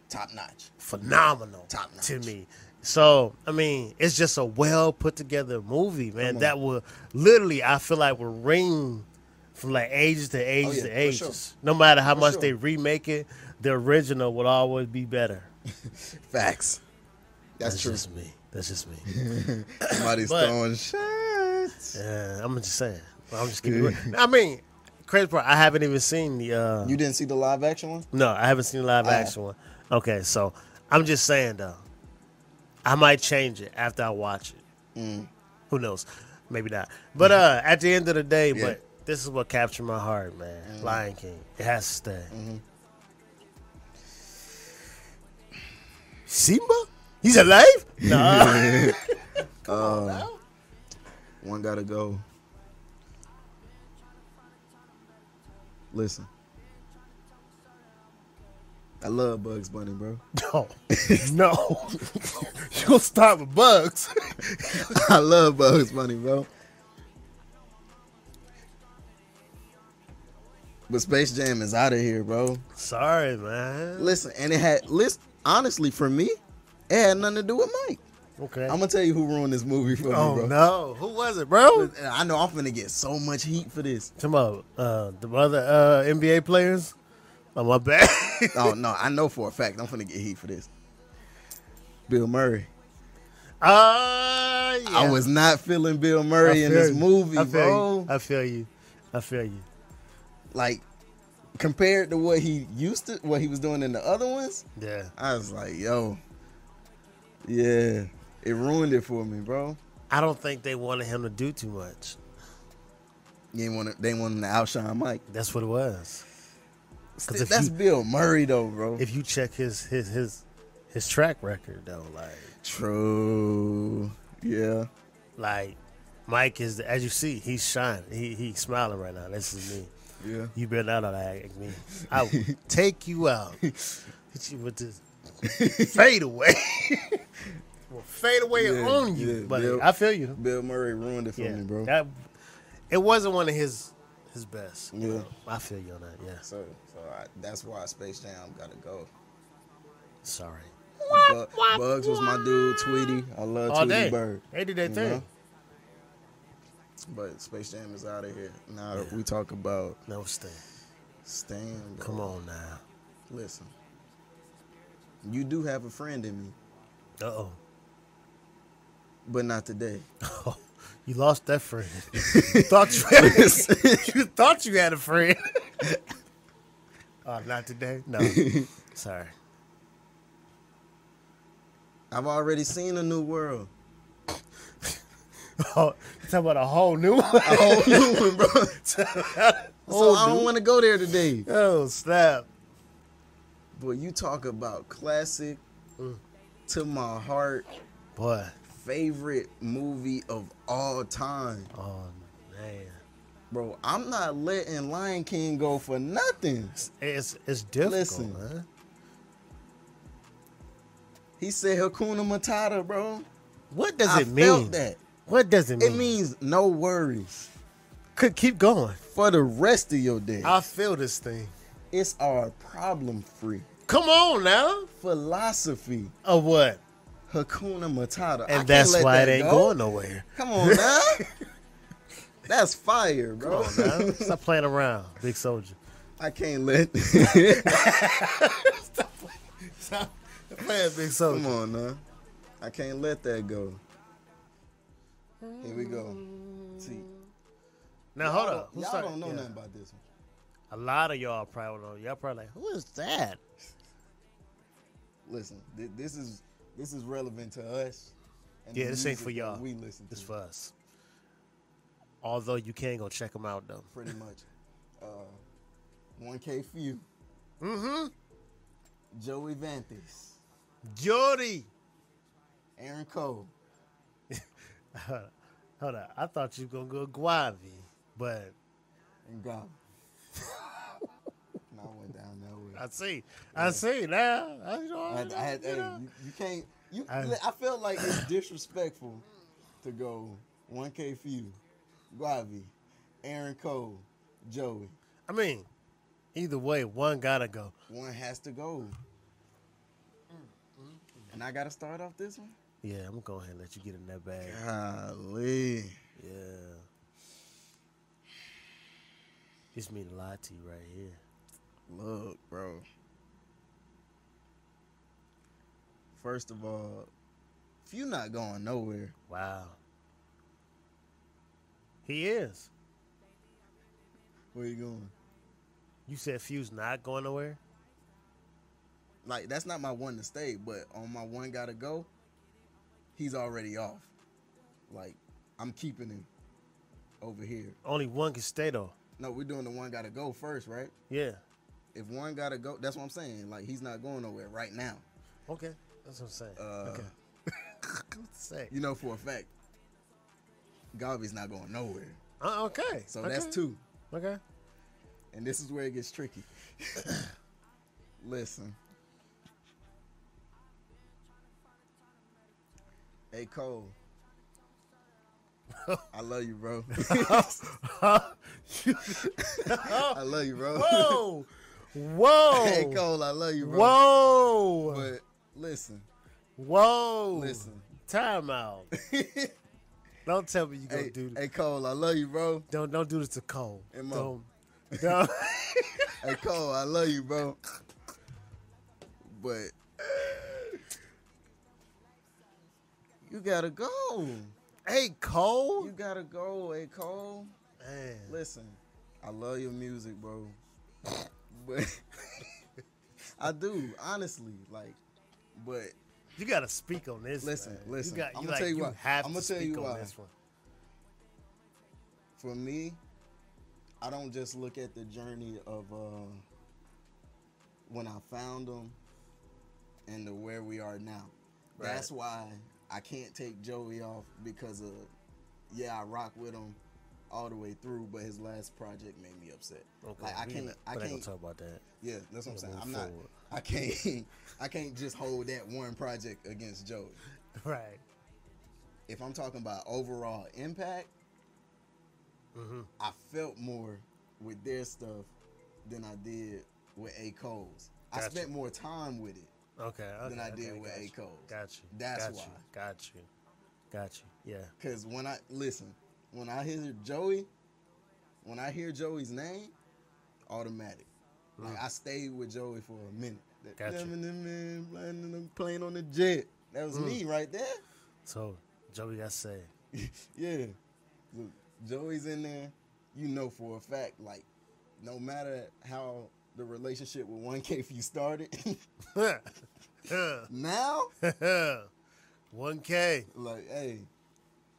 Speaker 2: Top notch.
Speaker 1: phenomenal
Speaker 2: Top notch.
Speaker 1: to me. So I mean, it's just a well put together movie,
Speaker 2: Come
Speaker 1: man.
Speaker 2: on.
Speaker 1: That will literally, I feel like, will ring from like ages to ages
Speaker 2: Oh, yeah,
Speaker 1: to
Speaker 2: for sure.
Speaker 1: ages. No matter how
Speaker 2: For
Speaker 1: much
Speaker 2: sure.
Speaker 1: they remake it, the original will always be better.
Speaker 2: Facts. That's, true.
Speaker 1: just me. That's just me. <laughs>
Speaker 2: Somebody's
Speaker 1: But-
Speaker 2: throwing shots.
Speaker 1: yeah, I'm just saying. I'm just keeping. it real. I mean, crazy part. I haven't even seen the. Uh,
Speaker 2: You didn't see the live action one?
Speaker 1: No, I haven't seen the live
Speaker 2: I have.
Speaker 1: action one. Okay, so I'm just saying though, I might change it after I watch it.
Speaker 2: Mm.
Speaker 1: Who knows? Maybe not. But uh, at the end of the day,
Speaker 2: Mm-hmm. Yeah. Mm.
Speaker 1: but this is what captured my heart, man. Lion King, it has to stay.
Speaker 2: Mm-hmm.
Speaker 1: Simba, he's alive?
Speaker 2: <laughs>
Speaker 1: No,
Speaker 2: One gotta go. Listen. I love Bugs Bunny, bro. <laughs>
Speaker 1: no, <laughs> no. you gonna stop with bugs?
Speaker 2: I love Bugs Bunny, bro. But Space Jam is out of here, bro.
Speaker 1: Sorry, man.
Speaker 2: Listen, and it had listen honestly for me, it had nothing to do with Mike.
Speaker 1: Okay.
Speaker 2: I'm gonna tell you who ruined this movie for
Speaker 1: oh
Speaker 2: me, bro.
Speaker 1: no, who was it, bro?
Speaker 2: And I know I'm finna get so much heat for this.
Speaker 1: Talking about uh, the other uh, NBA players. Oh my bad. <laughs>
Speaker 2: Oh no, I know for a fact I'm finna get heat for this. Bill Murray.
Speaker 1: uh, yeah.
Speaker 2: I was not feeling Bill Murray in
Speaker 1: feel
Speaker 2: this
Speaker 1: you.
Speaker 2: movie,
Speaker 1: I feel
Speaker 2: bro.
Speaker 1: You. I feel you. I feel you.
Speaker 2: Like compared to what he used to, what he was doing in the other ones,
Speaker 1: Yeah.
Speaker 2: I was like, yo, yeah, it ruined it for me, bro.
Speaker 1: I don't think they wanted him to do too much.
Speaker 2: You didn't want to, they wanted to outshine Mike.
Speaker 1: That's what it was.
Speaker 2: Still,
Speaker 1: if
Speaker 2: that's
Speaker 1: you-
Speaker 2: Bill Murray though, bro.
Speaker 1: If you check his his his his track record though, like
Speaker 2: True. Yeah.
Speaker 1: like Mike is as you see, he's shining. He he's smiling right now. This is me.
Speaker 2: Yeah.
Speaker 1: You better not like me.
Speaker 2: <laughs>
Speaker 1: I will take you out. Hit you with this fade away. <laughs> well, fade away
Speaker 2: Yeah,
Speaker 1: on you,
Speaker 2: yeah,
Speaker 1: buddy.
Speaker 2: Bill.
Speaker 1: I feel you.
Speaker 2: Bill Murray ruined it for
Speaker 1: Yeah,
Speaker 2: me, bro.
Speaker 1: that it wasn't one of his his best.
Speaker 2: Yeah.
Speaker 1: I feel you on that. Yeah,
Speaker 2: so, so I, that's why Space Jam gotta go.
Speaker 1: sorry.
Speaker 2: Bu- Bugs was my dude. Tweety, I love
Speaker 1: All
Speaker 2: Tweety
Speaker 1: day,
Speaker 2: Bird.
Speaker 1: they did their
Speaker 2: you
Speaker 1: thing.
Speaker 2: know? But Space Jam is out of here. Now we talk about
Speaker 1: No sting.
Speaker 2: Stan. bro.
Speaker 1: Come on now.
Speaker 2: listen. You do have a friend in me,
Speaker 1: Uh
Speaker 2: but not today.
Speaker 1: oh. You lost that friend. you, thought you, had
Speaker 2: <laughs>
Speaker 1: you thought you had a friend. oh, not today? No. Sorry. <laughs>
Speaker 2: I've already seen a new world,
Speaker 1: <laughs> Oh, you talking about a whole new one? <laughs>
Speaker 2: a whole new one, bro. <laughs> So
Speaker 1: Whole
Speaker 2: I
Speaker 1: new-
Speaker 2: don't want to go there today.
Speaker 1: Oh, snap.
Speaker 2: But you talk about classic
Speaker 1: Mm.
Speaker 2: to my heart,
Speaker 1: Boy.
Speaker 2: favorite movie of all time.
Speaker 1: Oh, man.
Speaker 2: Bro, I'm not letting Lion King go for nothing.
Speaker 1: It's, it's difficult,
Speaker 2: Listen.
Speaker 1: man.
Speaker 2: He said Hakuna Matata, bro.
Speaker 1: What does
Speaker 2: I
Speaker 1: it mean?
Speaker 2: felt that.
Speaker 1: What does it mean?
Speaker 2: It means no worries
Speaker 1: Could keep going.
Speaker 2: for the rest of your day.
Speaker 1: I feel this thing.
Speaker 2: it's our problem free
Speaker 1: Come on now.
Speaker 2: philosophy.
Speaker 1: Of what?
Speaker 2: Hakuna Matata. I
Speaker 1: And
Speaker 2: can't
Speaker 1: that's
Speaker 2: let
Speaker 1: why
Speaker 2: that
Speaker 1: it ain't
Speaker 2: go.
Speaker 1: going nowhere.
Speaker 2: Come on
Speaker 1: <laughs>
Speaker 2: now. that's fire, bro.
Speaker 1: Come
Speaker 2: <laughs>
Speaker 1: on now. Stop playing around, big soldier.
Speaker 2: I can't
Speaker 1: <laughs>
Speaker 2: let.
Speaker 1: Stop playing, big
Speaker 2: Come
Speaker 1: soldier.
Speaker 2: on now. I can't let that go. Here we go. See.
Speaker 1: Now hold up. Who
Speaker 2: Y'all
Speaker 1: started-
Speaker 2: don't know
Speaker 1: yeah.
Speaker 2: nothing about this one.
Speaker 1: A lot of y'all probably don't know. Y'all probably like, who is that?
Speaker 2: listen, th- this is this is relevant to us. and
Speaker 1: Yeah,
Speaker 2: the
Speaker 1: this ain't
Speaker 2: music
Speaker 1: for y'all.
Speaker 2: that We listen to
Speaker 1: This for us. Although you can go check them out though.
Speaker 2: pretty much. Uh, 1K Few. Mm-hmm. Joey Vantis,
Speaker 1: Jody.
Speaker 2: Aaron Cole.
Speaker 1: Hold up. I thought you were gonna go Guavi, but
Speaker 2: And God. <laughs> and I went down that way.
Speaker 1: I see. I see now. I, you know,
Speaker 2: I had, I had,
Speaker 1: you
Speaker 2: hey,
Speaker 1: know.
Speaker 2: you, you can't. You,
Speaker 1: I-
Speaker 2: I, felt like it's disrespectful to go 1K Few, Guavi, Aaron Cole, Joey.
Speaker 1: I mean, either way, one gotta go.
Speaker 2: One has to go. And I gotta start off this one.
Speaker 1: Yeah, I'm gonna go ahead and let you get in that bag.
Speaker 2: Golly.
Speaker 1: Yeah. This mean a lot to you right here.
Speaker 2: Look, bro. First of all, if you not going nowhere,
Speaker 1: Wow. He is.
Speaker 2: where you going?
Speaker 1: You said Fuse not going nowhere?
Speaker 2: Like that's not my one to stay, but on my one gotta go, he's already off. Like, I'm keeping him over here.
Speaker 1: Only one can stay though.
Speaker 2: No, we're doing the one gotta go first, right?
Speaker 1: Yeah.
Speaker 2: If one gotta go, that's what I'm saying. Like he's not going nowhere right now.
Speaker 1: Okay. That's what I'm saying.
Speaker 2: Uh,
Speaker 1: okay. <laughs> What to say?
Speaker 2: You know for a fact, Garvey's not going nowhere.
Speaker 1: Uh, okay.
Speaker 2: So
Speaker 1: Okay.
Speaker 2: that's two. <laughs>
Speaker 1: Okay.
Speaker 2: And this is where it gets tricky. <coughs> Listen. Hey
Speaker 1: <laughs>
Speaker 2: Cole. I love you, bro. I love you, bro.
Speaker 1: Whoa.
Speaker 2: <laughs>
Speaker 1: Whoa.
Speaker 2: Hey Cole, I love you, bro.
Speaker 1: Whoa.
Speaker 2: But listen,
Speaker 1: Whoa.
Speaker 2: Listen. <laughs>
Speaker 1: Time out. don't tell me you gonna
Speaker 2: hey,
Speaker 1: do this.
Speaker 2: hey Cole, I love you, bro.
Speaker 1: Don't don't do this to Cole.
Speaker 2: Hey, Mo. <laughs>
Speaker 1: Don't. don't.
Speaker 2: Hey Cole, I love you, bro. But you gotta go.
Speaker 1: hey Cole.
Speaker 2: You gotta go, hey Cole.
Speaker 1: Man.
Speaker 2: Listen, I love your music, bro. <laughs> But <laughs> I do, honestly. Like, but
Speaker 1: You gotta speak on this.
Speaker 2: Listen,
Speaker 1: man.
Speaker 2: listen.
Speaker 1: You got,
Speaker 2: I'ma
Speaker 1: you, like,
Speaker 2: tell you
Speaker 1: you
Speaker 2: why.
Speaker 1: have
Speaker 2: I'ma
Speaker 1: to
Speaker 2: tell you
Speaker 1: speak on
Speaker 2: why.
Speaker 1: this one.
Speaker 2: for me, I don't just look at the journey of uh, when I found them and to where we are now.
Speaker 1: Right.
Speaker 2: That's why I can't take Joey off because of yeah, I rock with him all the way through, but his last project made me upset. Like I
Speaker 1: we
Speaker 2: can't,
Speaker 1: not-
Speaker 2: I
Speaker 1: we're not
Speaker 2: can't.
Speaker 1: gonna talk about that.
Speaker 2: Yeah, that's what I'm
Speaker 1: Yeah,
Speaker 2: saying.
Speaker 1: move
Speaker 2: I'm not.
Speaker 1: forward.
Speaker 2: I can't. <laughs> I can't just hold that one project against Joey.
Speaker 1: <laughs> Right.
Speaker 2: If I'm talking about overall impact,
Speaker 1: Mm-hmm.
Speaker 2: I felt more with their stuff than I did with A Cole's. I
Speaker 1: Gotcha.
Speaker 2: spent more time with it.
Speaker 1: Okay. okay
Speaker 2: I did
Speaker 1: okay,
Speaker 2: with
Speaker 1: got
Speaker 2: A.
Speaker 1: you.
Speaker 2: Cole's.
Speaker 1: Got you.
Speaker 2: That's
Speaker 1: got
Speaker 2: why.
Speaker 1: You. Got you. Got you. Yeah.
Speaker 2: Cause when I listen, when I hear Joey, when I hear Joey's name, automatic. Like
Speaker 1: Mm.
Speaker 2: I stayed with Joey for a minute. That
Speaker 1: Gotcha.
Speaker 2: "Lemon and Man, flying in the plane on the jet. That
Speaker 1: Hmm.
Speaker 2: was me right there.
Speaker 1: So Joey got saved. <laughs>
Speaker 2: <laughs> yeah. Look, Joey's in there, you know for a fact, like, no matter how the relationship with 1K for you started, <laughs>
Speaker 1: <laughs>
Speaker 2: now,
Speaker 1: One K.
Speaker 2: like, hey,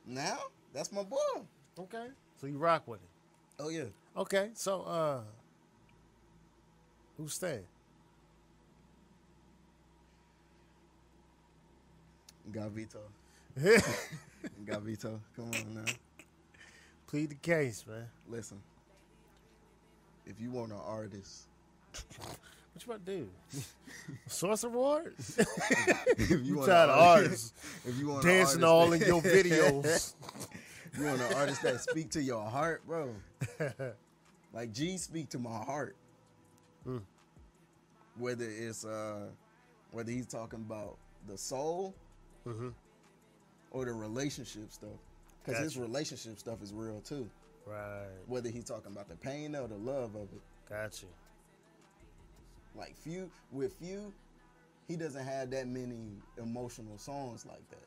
Speaker 2: now, that's my boy.
Speaker 1: Okay. So you rock with it.
Speaker 2: Oh, yeah.
Speaker 1: Okay. So uh, who's staying?
Speaker 2: Got
Speaker 1: <laughs>
Speaker 2: Vito. Got Vito. Come on now.
Speaker 1: Plead the case, man.
Speaker 2: Listen, if you want an artist, <laughs>
Speaker 1: What you about to do? <laughs> Source awards?
Speaker 2: if
Speaker 1: You
Speaker 2: want an
Speaker 1: tired of artists
Speaker 2: if you want an
Speaker 1: dancing
Speaker 2: artist
Speaker 1: all
Speaker 2: <laughs>
Speaker 1: in
Speaker 2: that-
Speaker 1: your videos.
Speaker 2: You want an artist that speak to your heart, bro. Like G speak to my heart.
Speaker 1: Mm.
Speaker 2: Whether it's uh whether he's talking about the soul
Speaker 1: Mhm.
Speaker 2: or the relationship stuff. Because his
Speaker 1: Gotcha.
Speaker 2: relationship stuff is real too.
Speaker 1: Right.
Speaker 2: Whether he's talking about the pain or the love of it.
Speaker 1: Got you.
Speaker 2: Like few with few, he doesn't have that many emotional songs like that.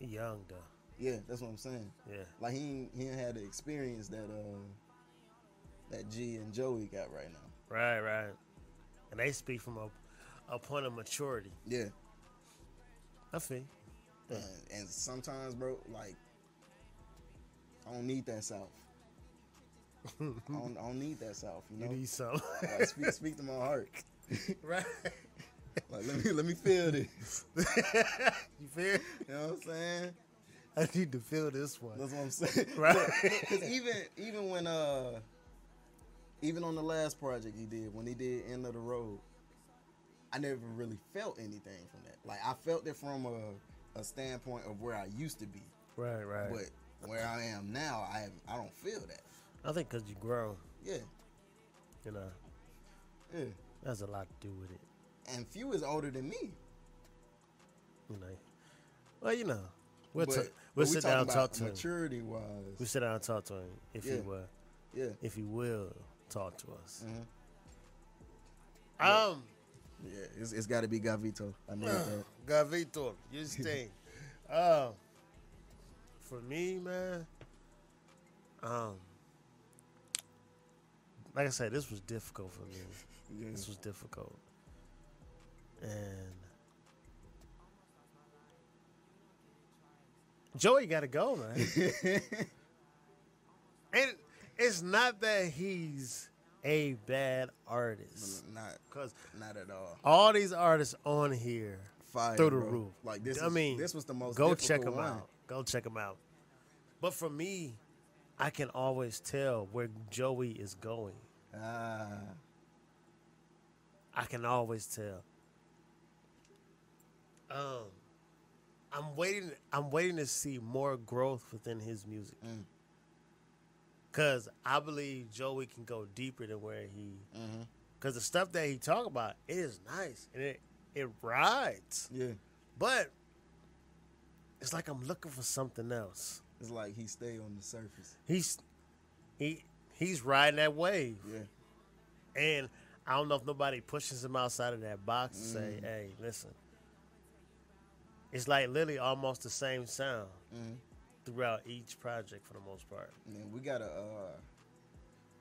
Speaker 1: He young though.
Speaker 2: Yeah, that's what I'm saying.
Speaker 1: Yeah.
Speaker 2: Like he ain't- he ain't had the experience that uh that G and Joey got right now.
Speaker 1: Right, right. And they speak from a, a point of maturity.
Speaker 2: Yeah.
Speaker 1: I feel. you.
Speaker 2: And, and sometimes, bro, like I don't need that South. I, don't, I don't need that South. <laughs> You know,
Speaker 1: You need some. <laughs>
Speaker 2: like, speak speak to my <laughs> heart.
Speaker 1: right.
Speaker 2: Like let me let me feel this.
Speaker 1: You feel?
Speaker 2: <laughs> You know what I'm saying?
Speaker 1: I need to feel this one.
Speaker 2: That's what I'm saying.
Speaker 1: <laughs> Right.
Speaker 2: <laughs> Because even even when uh even on the last project he did when he did End of the Road, I never really felt anything from that. Like I felt it from a a standpoint of where I used to be,
Speaker 1: Right, right.
Speaker 2: but where I am now, I I don't feel that.
Speaker 1: I think because you grown.
Speaker 2: Yeah.
Speaker 1: You know,
Speaker 2: Yeah.
Speaker 1: that's a lot to do with it.
Speaker 2: And few is older than me.
Speaker 1: You know, well, you know, we'll,
Speaker 2: But-
Speaker 1: ta-
Speaker 2: but
Speaker 1: we'll
Speaker 2: we
Speaker 1: sit
Speaker 2: talking
Speaker 1: down and
Speaker 2: about
Speaker 1: talk to him.
Speaker 2: maturity wise.
Speaker 1: We'll sit down and talk to him if he
Speaker 2: Yeah.
Speaker 1: will,
Speaker 2: Yeah.
Speaker 1: if he will talk to us.
Speaker 2: Mhm.
Speaker 1: Mm-hmm. Um,
Speaker 2: Yeah. It's, it's got to be Gavito. I know that.
Speaker 1: Gavito, you stink. <laughs> um, for me, man, um, like I said, this was difficult for me.
Speaker 2: Yeah.
Speaker 1: This was difficult. And Joey got to
Speaker 2: <laughs>
Speaker 1: go, man. and it's not that he's a bad artist,
Speaker 2: Not,
Speaker 1: because
Speaker 2: not at all.
Speaker 1: all these artists on here,
Speaker 2: Fire
Speaker 1: Through the
Speaker 2: bro.
Speaker 1: roof.
Speaker 2: Like this.
Speaker 1: I
Speaker 2: is-
Speaker 1: mean,
Speaker 2: this was the most.
Speaker 1: go
Speaker 2: difficult
Speaker 1: check them
Speaker 2: one.
Speaker 1: out. Go check them out. But for me, I can always tell where Joey is going.
Speaker 2: Ah,
Speaker 1: I can always tell. Um, I'm waiting. I'm waiting to see more growth within his music.
Speaker 2: Mm.
Speaker 1: Cause I believe Joey can go deeper than where he.
Speaker 2: Mhm.
Speaker 1: Cause the stuff that he talk about it is nice and it it rides,
Speaker 2: yeah.
Speaker 1: but it's like I'm looking for something else.
Speaker 2: It's like he stay on the surface.
Speaker 1: He's he he's riding that wave.
Speaker 2: Yeah.
Speaker 1: And I don't know if nobody pushes him outside of that box to
Speaker 2: Mm.
Speaker 1: say, hey, listen. It's like literally almost the same sound
Speaker 2: Mhm.
Speaker 1: throughout each project for the most part.
Speaker 2: Yeah, we gotta uh,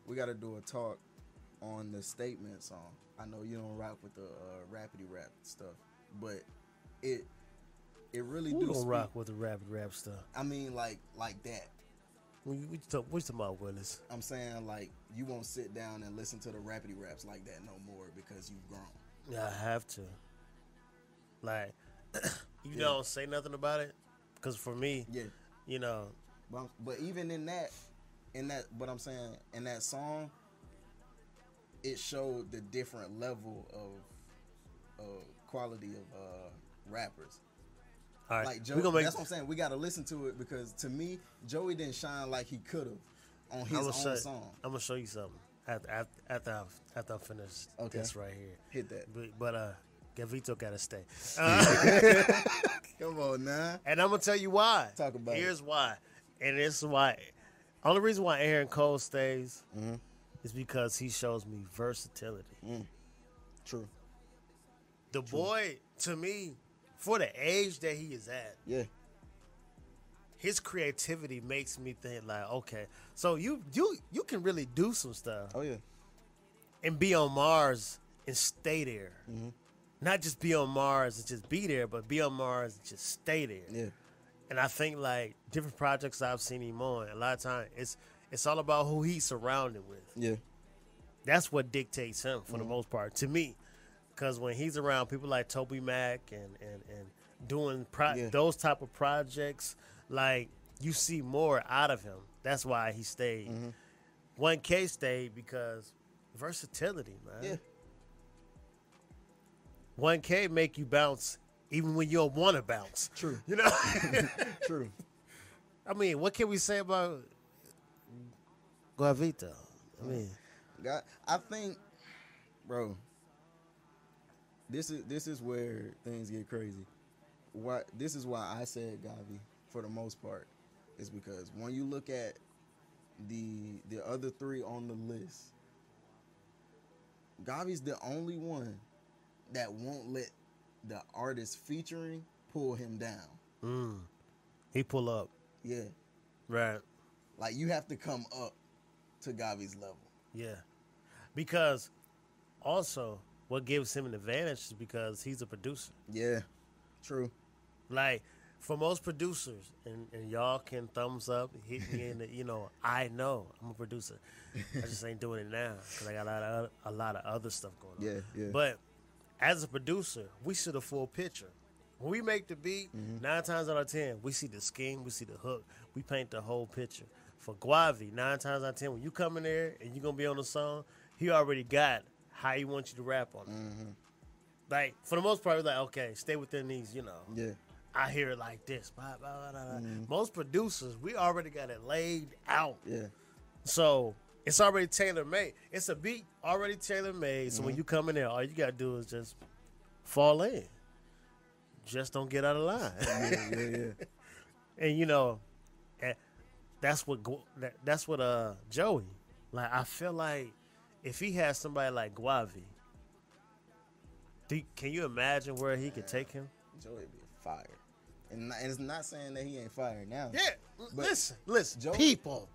Speaker 2: we gotta do a talk on the statement song. I know you don't rock with the uh, rapidy rap stuff, but it it really
Speaker 1: Who
Speaker 2: do.
Speaker 1: don't
Speaker 2: speak-
Speaker 1: rock with the rapid rap stuff?
Speaker 2: I mean, like like that.
Speaker 1: We, we, talk, we talking about Willis.
Speaker 2: I'm saying like you won't sit down and listen to the rapidy raps like that no more because you've grown.
Speaker 1: Yeah, I have to. Like, <coughs> you don't say nothing about it? Because for me,
Speaker 2: Yeah,
Speaker 1: you know,
Speaker 2: but I'm- but even in that, in that, what I'm saying in that song, it showed the different level of of quality of uh, rappers.
Speaker 1: all right.
Speaker 2: Like
Speaker 1: we
Speaker 2: Joey,
Speaker 1: gonna make,
Speaker 2: that's what I'm saying. We got to listen to it because to me, Joey didn't shine like he could have on his
Speaker 1: I'm
Speaker 2: own
Speaker 1: gonna show,
Speaker 2: song.
Speaker 1: I'm gonna show you something after after after I've, after I finish
Speaker 2: Okay.
Speaker 1: this right here.
Speaker 2: Hit that.
Speaker 1: But, but uh, Gavito
Speaker 2: <laughs>
Speaker 1: gotta stay. Uh,
Speaker 2: Come on, nah.
Speaker 1: and I'm gonna tell you why.
Speaker 2: Talk about it.
Speaker 1: Here's why, and it's why. Only reason why Aaron Cole stays
Speaker 2: Mhm.
Speaker 1: is because he shows me versatility.
Speaker 2: Mm, True.
Speaker 1: The boy, to me, for the age that he is at,
Speaker 2: Yeah.
Speaker 1: his creativity makes me think like, okay, so you you you can really do some stuff.
Speaker 2: Oh yeah.
Speaker 1: and be on Mars and stay there.
Speaker 2: Mm-hmm.
Speaker 1: Not just be on Mars and just be there, but be on Mars and just stay there.
Speaker 2: Yeah.
Speaker 1: And I think like different projects I've seen him on, a lot of time it's it's all about who he's surrounded with.
Speaker 2: Yeah.
Speaker 1: That's what dictates him for the
Speaker 2: Mm-hmm.
Speaker 1: most part to me. Cause when he's around people like Toby Mac and and and doing pro-
Speaker 2: Yeah.
Speaker 1: those type of projects, like you see more out of him. That's why he stayed.
Speaker 2: Mm-hmm.
Speaker 1: One K stayed because versatility, man.
Speaker 2: Yeah.
Speaker 1: One K make you bounce even when you don't want to bounce.
Speaker 2: True.
Speaker 1: You know, <laughs>
Speaker 2: True.
Speaker 1: I mean, what can we say about Guavita? I mean,
Speaker 2: God, I think, bro. This is this is where things get crazy. Why this is why I said Gavi for the most part is because when you look at the the other three on the list, Gavi's the only one that won't let the artist featuring pull him down.
Speaker 1: he pull up,
Speaker 2: Yeah,
Speaker 1: right?
Speaker 2: like you have to come up to Gavi's level.
Speaker 1: Yeah, because also what gives him an advantage is because he's a producer.
Speaker 2: Yeah, true.
Speaker 1: Like for most producers, and, and y'all can thumbs up, hit me in the you know. I know I'm a producer. I just ain't doing it now because I got a lot of a lot of other stuff going on.
Speaker 2: Yeah, yeah.
Speaker 1: But as a producer, we see the full picture. When we make the beat,
Speaker 2: Mm-hmm.
Speaker 1: nine times out of ten, we see the scheme, we see the hook, we paint the whole picture. For Guavi, nine times out of ten, when you come in there and you're gonna be on the song, he already got how he wants you to rap on it.
Speaker 2: Mm-hmm.
Speaker 1: Like for the most part, we're like, okay, stay within these, you know.
Speaker 2: Yeah,
Speaker 1: I hear it like this. Blah, blah, blah, blah, blah. Most producers, we already got it laid out.
Speaker 2: yeah.
Speaker 1: So It's already tailor made. It's a beat already tailor made. So when you come in there, all you gotta do is just fall in. Just don't get out of line.
Speaker 2: <laughs> yeah, yeah, yeah.
Speaker 1: <laughs> and you know, eh, that's what Gu- that, that's what uh Joey. Like I feel like if he had somebody like Guavi, do you- can you imagine where he could take him?
Speaker 2: Joey be fire, and, not- and it's not saying that he ain't fire now.
Speaker 1: Yeah. l-
Speaker 2: But-
Speaker 1: listen, listen,
Speaker 2: Joe-
Speaker 1: people.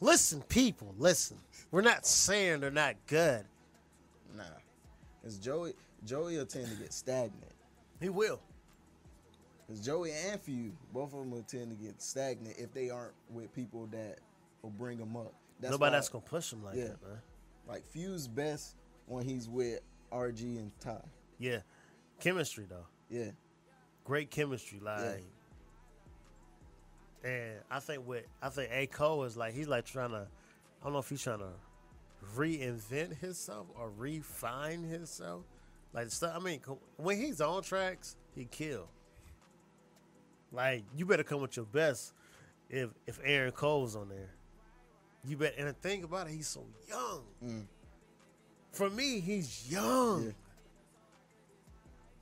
Speaker 1: Listen, people, listen. We're not saying they're not good.
Speaker 2: Nah, it's Joey. Joey will tend to get stagnant.
Speaker 1: He will.
Speaker 2: Cause Joey and Few, both of them will tend to get stagnant if they aren't with people that will bring them up.
Speaker 1: Nobody
Speaker 2: why-
Speaker 1: that's gonna push him like
Speaker 2: Yeah.
Speaker 1: that, man.
Speaker 2: like Few's best when he's with RG and Ty.
Speaker 1: Yeah. Chemistry though.
Speaker 2: Yeah,
Speaker 1: Great chemistry. Like and I think with I think A Cole is like he's like trying to I don't know if he's trying to reinvent himself or refine himself. Like stuff I mean co- when he's on tracks, he kill. Like you better come with your best if if Aaron Cole's on there. You bet and the thing about it, he's so young. For me, he's young
Speaker 2: Yeah.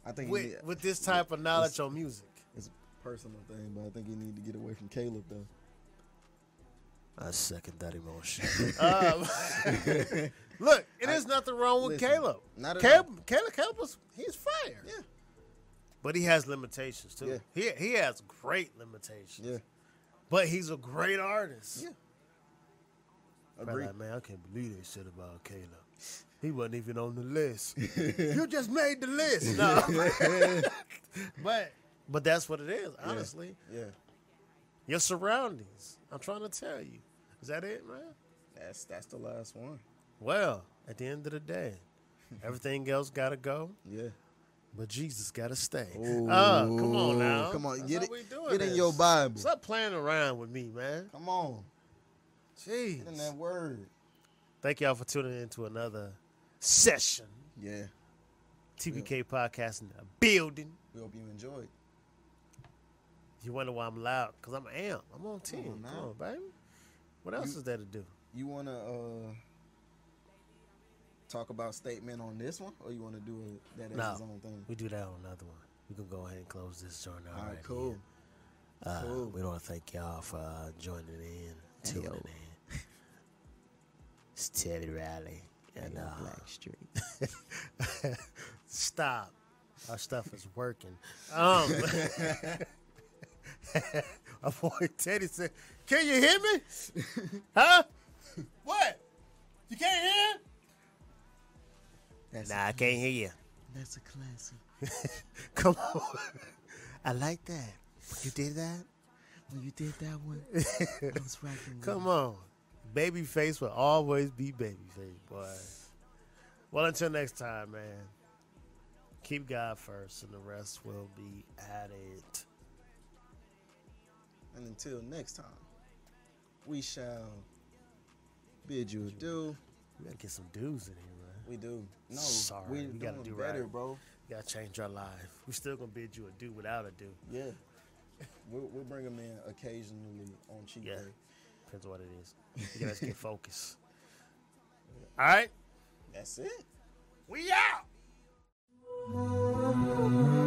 Speaker 2: I think he
Speaker 1: with
Speaker 2: need-
Speaker 1: with this type of knowledge on music.
Speaker 2: it's a personal thing, but I think he need to get away from Caleb though.
Speaker 1: I second that emotion. <laughs> um, <laughs> look, it is nothing wrong with
Speaker 2: listen,
Speaker 1: Caleb.
Speaker 2: not at
Speaker 1: Caleb, Caleb, Caleb was he's fire.
Speaker 2: Yeah.
Speaker 1: but he has limitations too.
Speaker 2: Yeah.
Speaker 1: He he has great limitations.
Speaker 2: Yeah,
Speaker 1: but he's a great artist.
Speaker 2: yeah.
Speaker 1: Probably
Speaker 2: Agree.
Speaker 1: like, man, I can't believe they said about Caleb. He wasn't even on the list. <laughs> you just made the
Speaker 2: <laughs>
Speaker 1: list. No. but but that's what it is. Honestly,
Speaker 2: Yeah,
Speaker 1: your surroundings. I'm trying to tell you. Is that it, man?
Speaker 2: that's that's the last one.
Speaker 1: Well, at the end of the day, everything else gotta go,
Speaker 2: Yeah.
Speaker 1: but Jesus gotta stay. Ah, come on now,
Speaker 2: Come on,
Speaker 1: That's
Speaker 2: get
Speaker 1: how
Speaker 2: it.
Speaker 1: we doing
Speaker 2: Get in
Speaker 1: this.
Speaker 2: your Bible.
Speaker 1: Stop playing around with me, man.
Speaker 2: Come on. Get in that
Speaker 1: Jeez.
Speaker 2: word.
Speaker 1: Thank y'all for tuning in to another session.
Speaker 2: Yeah.
Speaker 1: TBK podcast in the building.
Speaker 2: We hope you enjoyed.
Speaker 1: You wonder why I'm loud? Cause I'm am. I'm on ten.
Speaker 2: on
Speaker 1: Come
Speaker 2: now.
Speaker 1: on, baby. What else
Speaker 2: You-
Speaker 1: is there to do?
Speaker 2: You wanna uh talk about statement on this one, or you wanna do it that as
Speaker 1: No.
Speaker 2: his own thing?
Speaker 1: We do that on another one. We can go ahead and close this joint out.
Speaker 2: All right,
Speaker 1: right
Speaker 2: cool.
Speaker 1: here. Uh,
Speaker 2: Cool.
Speaker 1: We want to thank y'all for uh, joining in, tuning in. <laughs> It's Teddy Riley and uh,
Speaker 2: Street.
Speaker 1: <laughs> stop. Our stuff is working. Um, <laughs> my boy Teddy said, "Can you hear <laughs> me? Huh? What? You can't
Speaker 2: That's,
Speaker 1: hear? Nah, I can't hear you.
Speaker 2: that's a classic.
Speaker 1: Come on. I like that. You did that."
Speaker 2: When you did that one, I was rocking.
Speaker 1: Come on. Babyface will always be babyface, boy. Well, until next time, man. Keep God first, and the rest will be added.
Speaker 2: And until next time, we shall bid you adieu.
Speaker 1: We gotta get some dudes in here, man.
Speaker 2: We do. No,
Speaker 1: Sorry,
Speaker 2: we're
Speaker 1: we gotta
Speaker 2: doing
Speaker 1: do
Speaker 2: better,
Speaker 1: right.
Speaker 2: bro.
Speaker 1: We gotta change our life. We still gonna bid you a do without a do.
Speaker 2: Yeah. We'll, we'll bring them in occasionally on cheat
Speaker 1: Yeah.
Speaker 2: day.
Speaker 1: Depends on what it is. You gotta get focused. All right,
Speaker 2: That's it.
Speaker 1: we out.